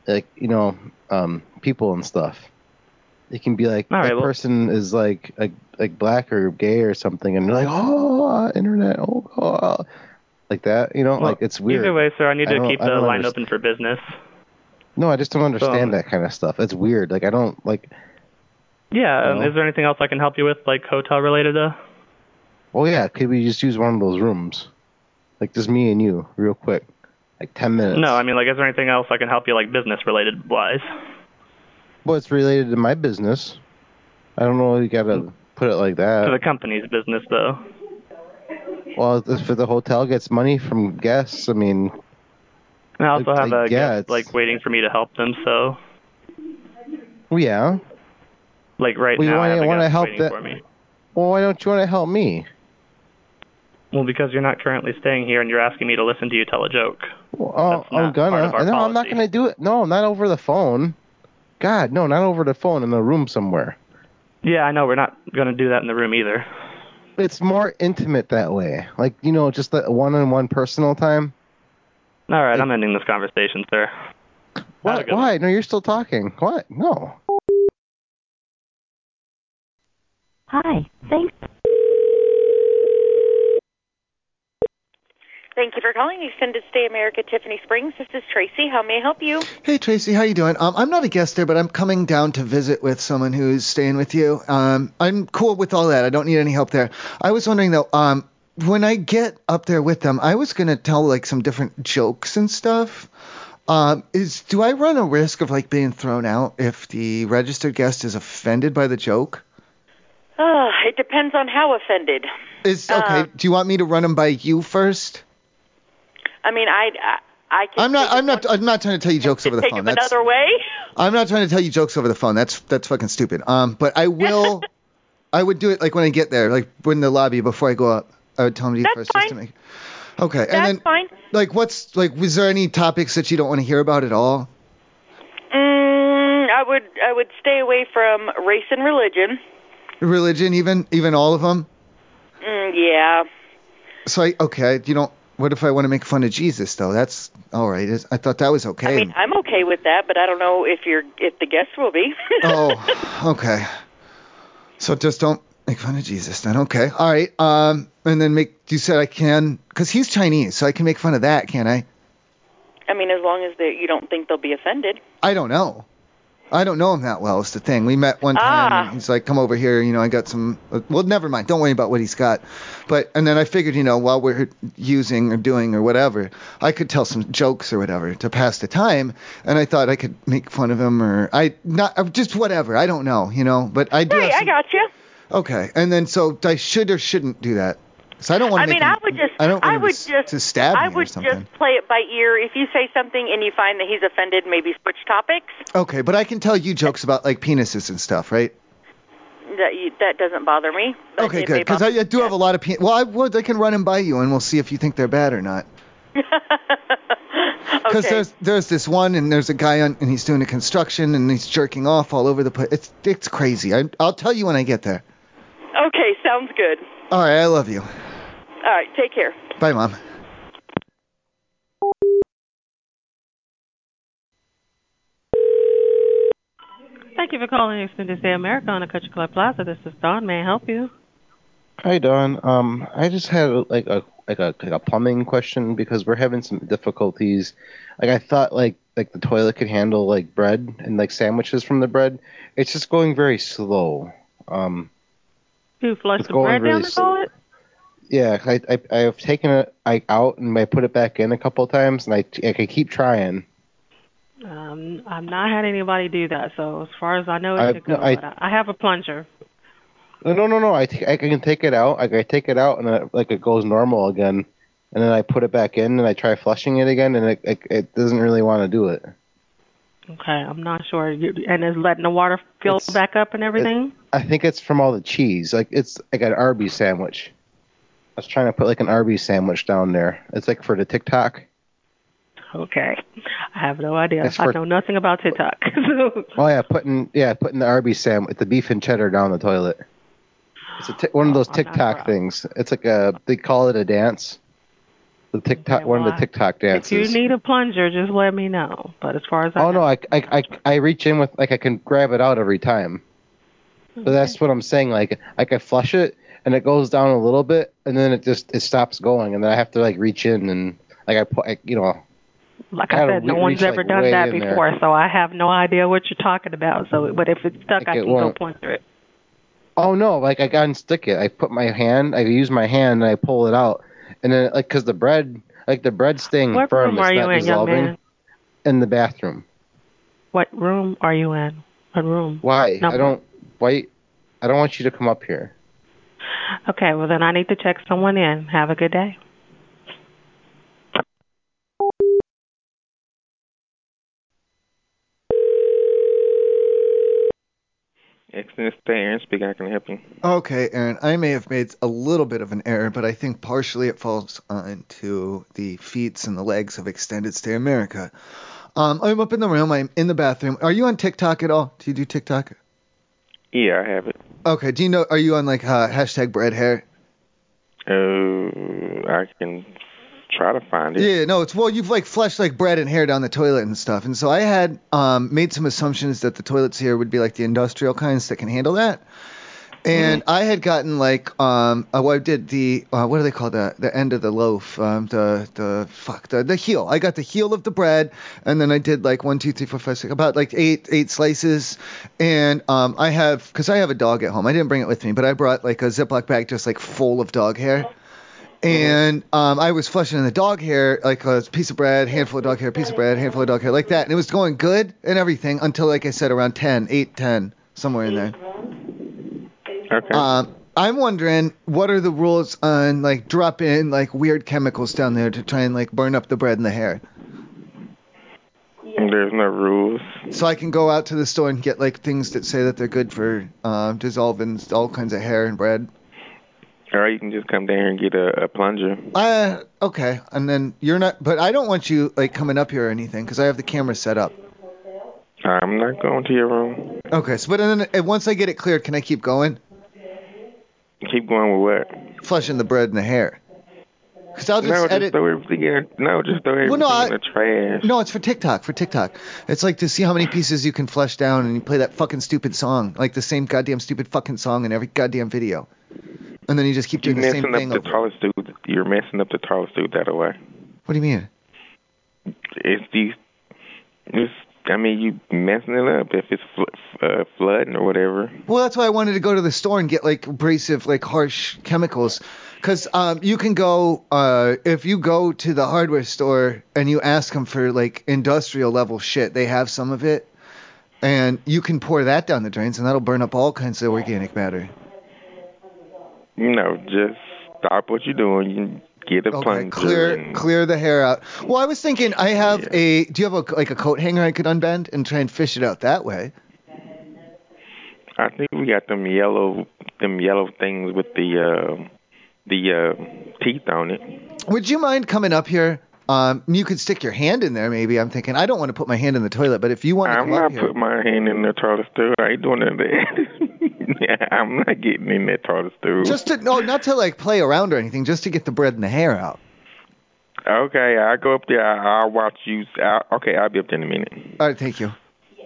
like you know um people and stuff. It can be like that person is like like like black or gay or something and they're like oh uh, internet oh, oh," like that, you know? like it's weird.
Either way, sir, I need
I
to
don't-
keep
I
the
don't
line
underst-
open for business.
No, I just don't understand that kind of stuff. It's weird. Like I don't like
Yeah, um,
Well-
is there anything else I can help you with, like hotel related? Uh,
Oh yeah, could we just use one of those rooms? Like just me and you real quick. Like 10 minutes.
no, I mean, like, is there anything else I can help you, like, business related wise?
Well, it's related to my business. I don't know. You gotta put it like
to
that.
the company's business, though.
Well, if the hotel gets money from guests, I mean,
And I also have a
yeah,
guest, like, waiting for me to help them, so,
well, yeah.
like, right
Well, you
now, I
wanna-
have a
wanna
guest
help
waiting
that-
for me.
Well, why don't you want to help me?
Well, because you're not currently staying here and you're asking me to listen to you tell a joke.
Well, oh, I'm gonna. No, I'm not gonna do it. No, not over the phone. God, no, not over the phone in a room somewhere.
Yeah, I know, we're not going to do that in the room either.
It's more intimate that way. Like you know, just that one-on-one personal time.
All right, I'm ending this conversation, sir.
What? Why? No, you're still talking. What? No.
Hi. Thanks.
Thank you for calling Extended Stay America Tiffany Springs. This is Tracy. How may I help you?
Hey Tracy, how you doing? Um, I'm not a guest there, but I'm coming down to visit with someone who's staying with you. Um, I'm cool with all that. I don't need any help there. I was wondering though, um, when I get up there with them, I was gonna tell like some different jokes and stuff. Um, is do I run a risk of like being thrown out if the registered guest is offended by the joke?
Uh, it depends on how offended.
Is okay.
Um,
do you want me to run them by you first?
I mean, I I, I can
I'm not. I'm not. I'm not trying to tell you jokes over the
take
phone.
them
That's
another way. [LAUGHS]
I'm not trying to tell you jokes over the phone. That's that's fucking stupid. Um, but I
[LAUGHS]
will. I would do it like when I get there, like in the lobby before I go up. I would tell them to you
That's
first just to
fine.
make. Okay, and
That's
then
fine.
like what's like was there any topics that you don't want to hear about at all?
Mm, I would I would stay away from race and religion.
Religion, even even all of them.
Mm, yeah.
So I okay, you don't. What if I want to make fun of Jesus though? That's all right. Is- I thought that was okay.
I mean, I'm okay with that, but I don't know if you're if the guests will be.
oh, okay. So just don't make fun of Jesus then. Okay. All right. Um, and then make you said I can because he's Chinese, so I can make fun of that, can I?
I mean, as long as they, you don't think they'll be offended.
I don't know. I don't know him that well. Is the thing. We met one time.
Ah.
And he's like, "Come over here." You know, I got some. Well, never mind. Don't worry about what he's got. But and then I figured, you know, while we're using or doing or whatever, I could tell some jokes or whatever to pass the time. And I thought I could make fun of him or I not uh, just whatever. I don't know. You know, but I do.
Right,
have
I got you.
some, okay. And then so I should or shouldn't do that. So I don't want to
I
make.
mean,
him-
I would just,
I don't want
I
him
would
to,
just,
to stab
I
me or
would
something.
just play it by ear. If you say something and you find that he's offended, maybe switch topics.
Okay, but I can tell you jokes about like penises and stuff, right?
That you, that doesn't bother me. but
Okay,
it
good.
may
Because I, I do have a lot of pe- well, I would. I can run them by you, and we'll see if you think they're bad or
[LAUGHS]
not. Because
okay.
there's there's this one, and there's a guy on, and he's doing a construction, and he's jerking off all over the place. It's it's crazy. I, I'll tell you when I get there.
Okay, sounds good.
All right, I love you.
All right, take care.
Bye, mom.
Thank you for calling Extended Stay America on the Country Club Plaza. This is Dawn. May I help you?
Hi Don. Um, I just had like a like a like a plumbing question because we're having some difficulties. Like I thought like like the toilet could handle like bread and like sandwiches from the bread. It's just going very slow. Um,
You flush
It's
the
going
bread down
really
the
slow.
toilet?
yeah, I I I've taken it I out and I put it back in a couple times and I like, I keep trying.
Um, I've not had anybody do that, so as far as I know, it
I-
should go.
no, I-
but I, I have a plunger.
No, no, no, no. I, t- I can take it out. Like I take it out, and it, like it goes normal again. And then I put it back in, and I try flushing it again, and it it, it doesn't really want to do it.
Okay, I'm not sure. You, and it's letting the water fill back up and everything?
I think it's from all the cheese. Like it's like an Arby's sandwich. I was trying to put like an Arby's sandwich down there. It's like for the TikTok.
Okay. I have no idea.
It's
I
for-
know nothing about TikTok. [LAUGHS] so,
Oh yeah, putting yeah putting the Arby's sandwich, the beef and cheddar down the toilet. It's a t- one of those TikTok things. It's like a they call it a dance. The TikTok one of
well,
the TikTok
if you
dances.
need a plunger, just let me know. But as far as I
oh no, I, I I I reach in with like I can grab it out every time. But that's what I'm saying. Like I can flush it and it goes down a little bit and then it just it stops going and then I have to like reach in and like I put like, you know.
like
I
I
gotta
said, no
re-
one's
reach,
ever
like,
done
way
that
in there.
before, so I have no idea what you're talking about. So, but if it's stuck, I
it
can go
won't.
plunger it.
Oh no! Like I got unstick it. I put my hand. I use my hand and I pull it out. And then like because the bread, like the bread's staying
What
firm.
room
it's
are
not
you in, young
dissolving.
man?
In the bathroom.
What room are you in? What room?
Why?
No.
I don't. Why? I don't want you to come up here.
Okay, well then I need to check someone in. Have a good day.
Extended stay, Aaron speaking. I can help you.
Okay, Aaron, I may have made a little bit of an error, but I think partially it falls onto the feet and the legs of Extended Stay America. Um, I'm up in the room. I'm in the bathroom. Are you on TikTok at all? Do you do TikTok?
Yeah, I have it.
Okay. Do you know? Are you on like uh, hashtag bread hair?
Uh, I can try to find it.
Yeah, no, it's well, you've like flushed like bread and hair down the toilet and stuff, and so I had um, made some assumptions that the toilets here would be like the industrial kinds that can handle that, And I had gotten like um uh, well, I did the uh, what do they call the the end of the loaf um the the fuck the the heel I got the heel of the bread and then I did like one two three four five six about like eight eight slices and um I have because I have a dog at home I didn't bring it with me but I brought like a Ziploc bag just like full of dog hair and um, I was flushing in the dog hair, like a piece of bread, handful of dog hair, piece of bread, handful of dog hair, like that. And it was going good and everything until, like I said, around 10, 8, 10, somewhere in there.
Okay.
Um, I'm wondering what are the rules on like dropping like weird chemicals down there to try and like burn up the bread and the hair,
There's no rules.
so I can go out to the store and get like things that say that they're good for um, dissolving all kinds of hair and bread.
Or you can just come down here and get a, a plunger.
Uh, okay. And then you're not, but I don't want you like coming up here or anything because I have the camera set up.
I'm not going to your room.
Okay. So, but then and once I get it cleared, can I keep going?
Keep going with
Flushing the bread and the hair. Because I'll
what? no,
just edit.
throw everything in. No, just throw everything
Well, no,
in
I-
the trash.
No, it's for TikTok. For TikTok, it's like to see how many pieces you can flush down, and you play that fucking stupid song, like the same goddamn stupid fucking song in every goddamn video, and then you just keep
You're
doing the same
messing
thing.
up the
Over.
tallest dude. You're messing up the tallest dude that way.
What do you mean?
It's these. It's, I mean, you messing it up if it's fl- uh, flooding or whatever.
Well, that's why I wanted to go to the store and get like abrasive, like harsh chemicals. Because um, you can go, uh, if you go to the hardware store and you ask them for like industrial level shit, they have some of it. And you can pour that down the drains and that'll burn up all kinds of organic matter.
You know, just stop what you're doing. You get a plunger.
Clear,
and-
clear the hair out. Well, I was thinking, I have a, do you have a, like a coat hanger I could unbend and try and fish it out that way?
I think we got them yellow, them yellow things with the uh, the uh, teeth on it.
Would you mind coming up here? Um, you could stick your hand in there, maybe. I'm thinking, I don't want to put my hand in the toilet, but if you want to
I'm
come up
not
here.
putting my hand in the toilet stool. I ain't doing none of that. [LAUGHS] I'm not getting in that toilet stool.
Just to no, not to like play around or anything, just to get the bread and the hair out.
okay, I go up there. I, I'll watch you. I, okay, I'll be up there in a minute.
All right, thank you.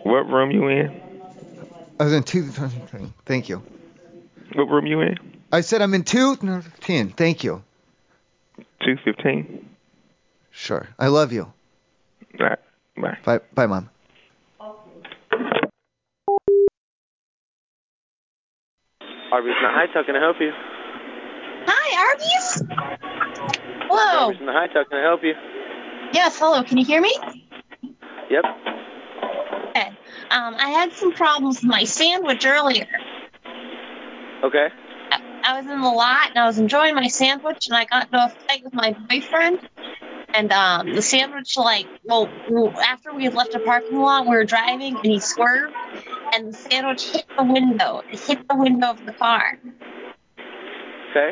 What room you in?
I was in two thing. Thank you.
What room you in?
I said I'm in two no, ten. Thank you.
Two fifteen.
Sure. I love you.
All right. Bye.
Bye. Bye, mom.
Arby's in the high tuck, can I help you?
Hi, Arby's. Hello.
Arby's in the high tuck, can I help you?
Yes, hello. Can you hear me?
Yep.
Okay. Um, I had some problems with my sandwich earlier.
Okay.
I was in the lot and I was enjoying my sandwich, and I got into a fight with my boyfriend. And um, the sandwich, like, well, well, after we had left the parking lot, we were driving, and he swerved, and the sandwich hit the window. It hit the window of the car.
Okay.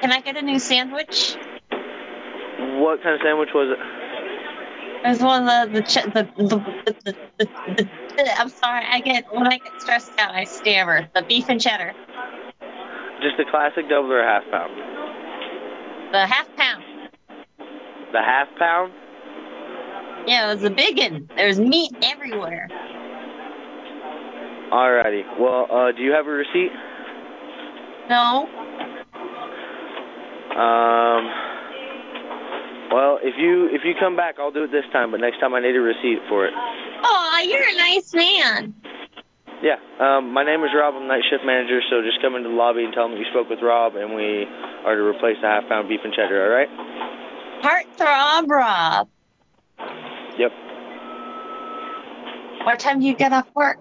Can I get a new sandwich?
What kind of sandwich was it?
It was one of uh, the the ch- the, the, the, the, the, the, the Uh, I'm sorry. I get when I get stressed out, I stammer. The beef and cheddar,
Just a classic double or a half pound?
the half pound.
The half pound?
Yeah, it was a big one. There was meat everywhere.
Alrighty. Well, uh, do you have a receipt?
No,
Um. Well, if you if you come back, I'll do it this time. But next time, I need a receipt for it.
Oh, you're a nice man.
Yeah. Um. My name is Rob. I'm night shift manager. So just come into the lobby and tell them that you spoke with Rob, and we are to replace the half pound beef and cheddar. All right?
Heartthrob Rob.
Yep.
What time do you get off work?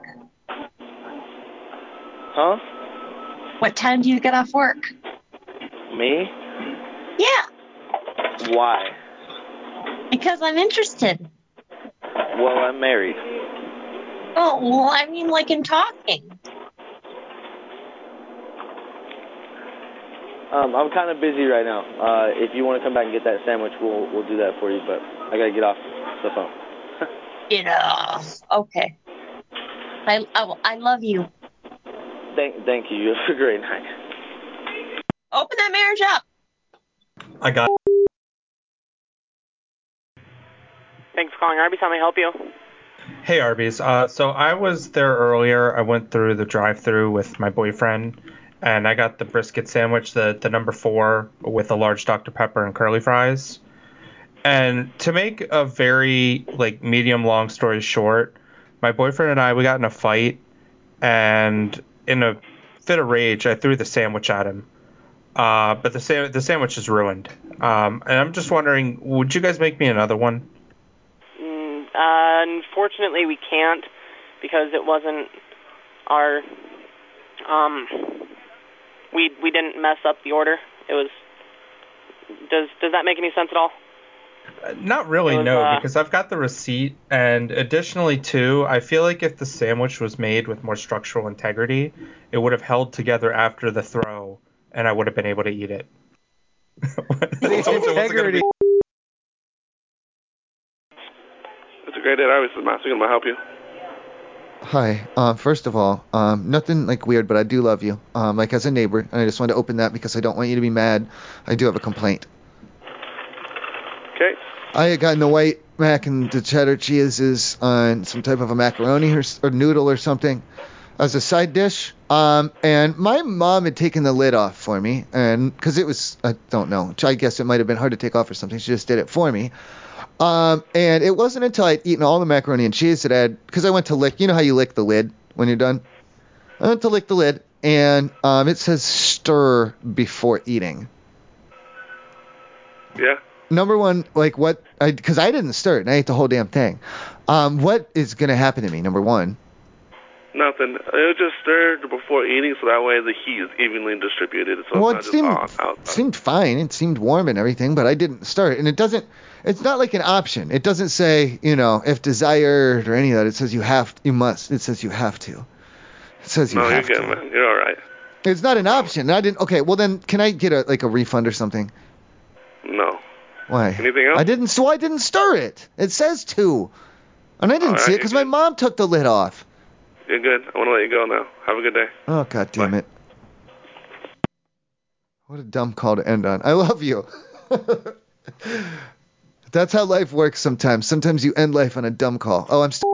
Huh?
What time do you get off work?
Me?
Yeah,
Why?
because I'm interested.
Well, I'm married.
Oh, well, I mean, like in talking.
Um. I'm kind of busy right now. Uh. If you want to come back and get that sandwich, we'll we'll do that for you. But I gotta get off the phone.
You know. Okay. I I, I love you.
Thank thank you. [LAUGHS] You have a great night.
Open that marriage up.
I got.
Thanks for calling Arby's. How may I help you?
Hey Arby's. Uh, so I was there earlier. I went through the drive-through with my boyfriend, and I got the brisket sandwich, the the number four with a large Dr Pepper and curly fries. And to make a very like medium long story short, my boyfriend and I we got in a fight, and in a fit of rage, I threw the sandwich at him. Uh, but the sa- the sandwich is ruined. Um, and I'm just wondering, would you guys make me another one?
Mm, uh, unfortunately, we can't because it wasn't our. Um, we we didn't mess up the order. It was. Does does that make any sense at all?
Not really,
was,
no,
uh,
because I've got the receipt. And additionally, too, I feel like if the sandwich was made with more structural integrity, it would have held together after the throw, and I would have been able to eat it.
Integrity.
It's a great day. Arby's. This is Master. Can I help you?
Hi. Um, first of all, um, nothing like weird, but I do love you. Um, like as a neighbor, and I just wanted to open that because I don't want you to be mad. I do have a complaint.
Okay.
I had gotten the white mac and the cheddar cheeses on some type of a macaroni or, s- or noodle or something as a side dish. Um, and my mom had taken the lid off for me, and because it was, I don't know, I guess it might have been hard to take off or something. She just did it for me. Um, and it wasn't until I'd eaten all the macaroni and cheese that I had, because I went to lick, you know how you lick the lid when you're done? I went to lick the lid, and um, it says stir before eating.
Yeah.
Number one, like what, I because I didn't stir it, and I ate the whole damn thing. Um, what is going to happen to me, number one?
Nothing. It'll just stir before eating, so that way the heat is evenly distributed. So
well, it
it's not
seemed
just on out.
seemed fine. It seemed warm and everything, but I didn't start. And it doesn't. It's not like an option. It doesn't say you know if desired or any of that. It says you have, you must. It says you have to. It says you
no,
have
you're
to.
good, man. You're all right.
It's not an option. And I didn't. Okay, well then, can I get a like a refund or something?
No.
Why?
Anything else?
I didn't. So I didn't stir it. It says to, and I didn't see it because my mom took the lid off.
You're good. I want to let you go now. Have a good day.
Oh god damn it! What a dumb call to end on. I love you. [LAUGHS] That's how life works sometimes. Sometimes you end life on a dumb call. Oh, I'm. St-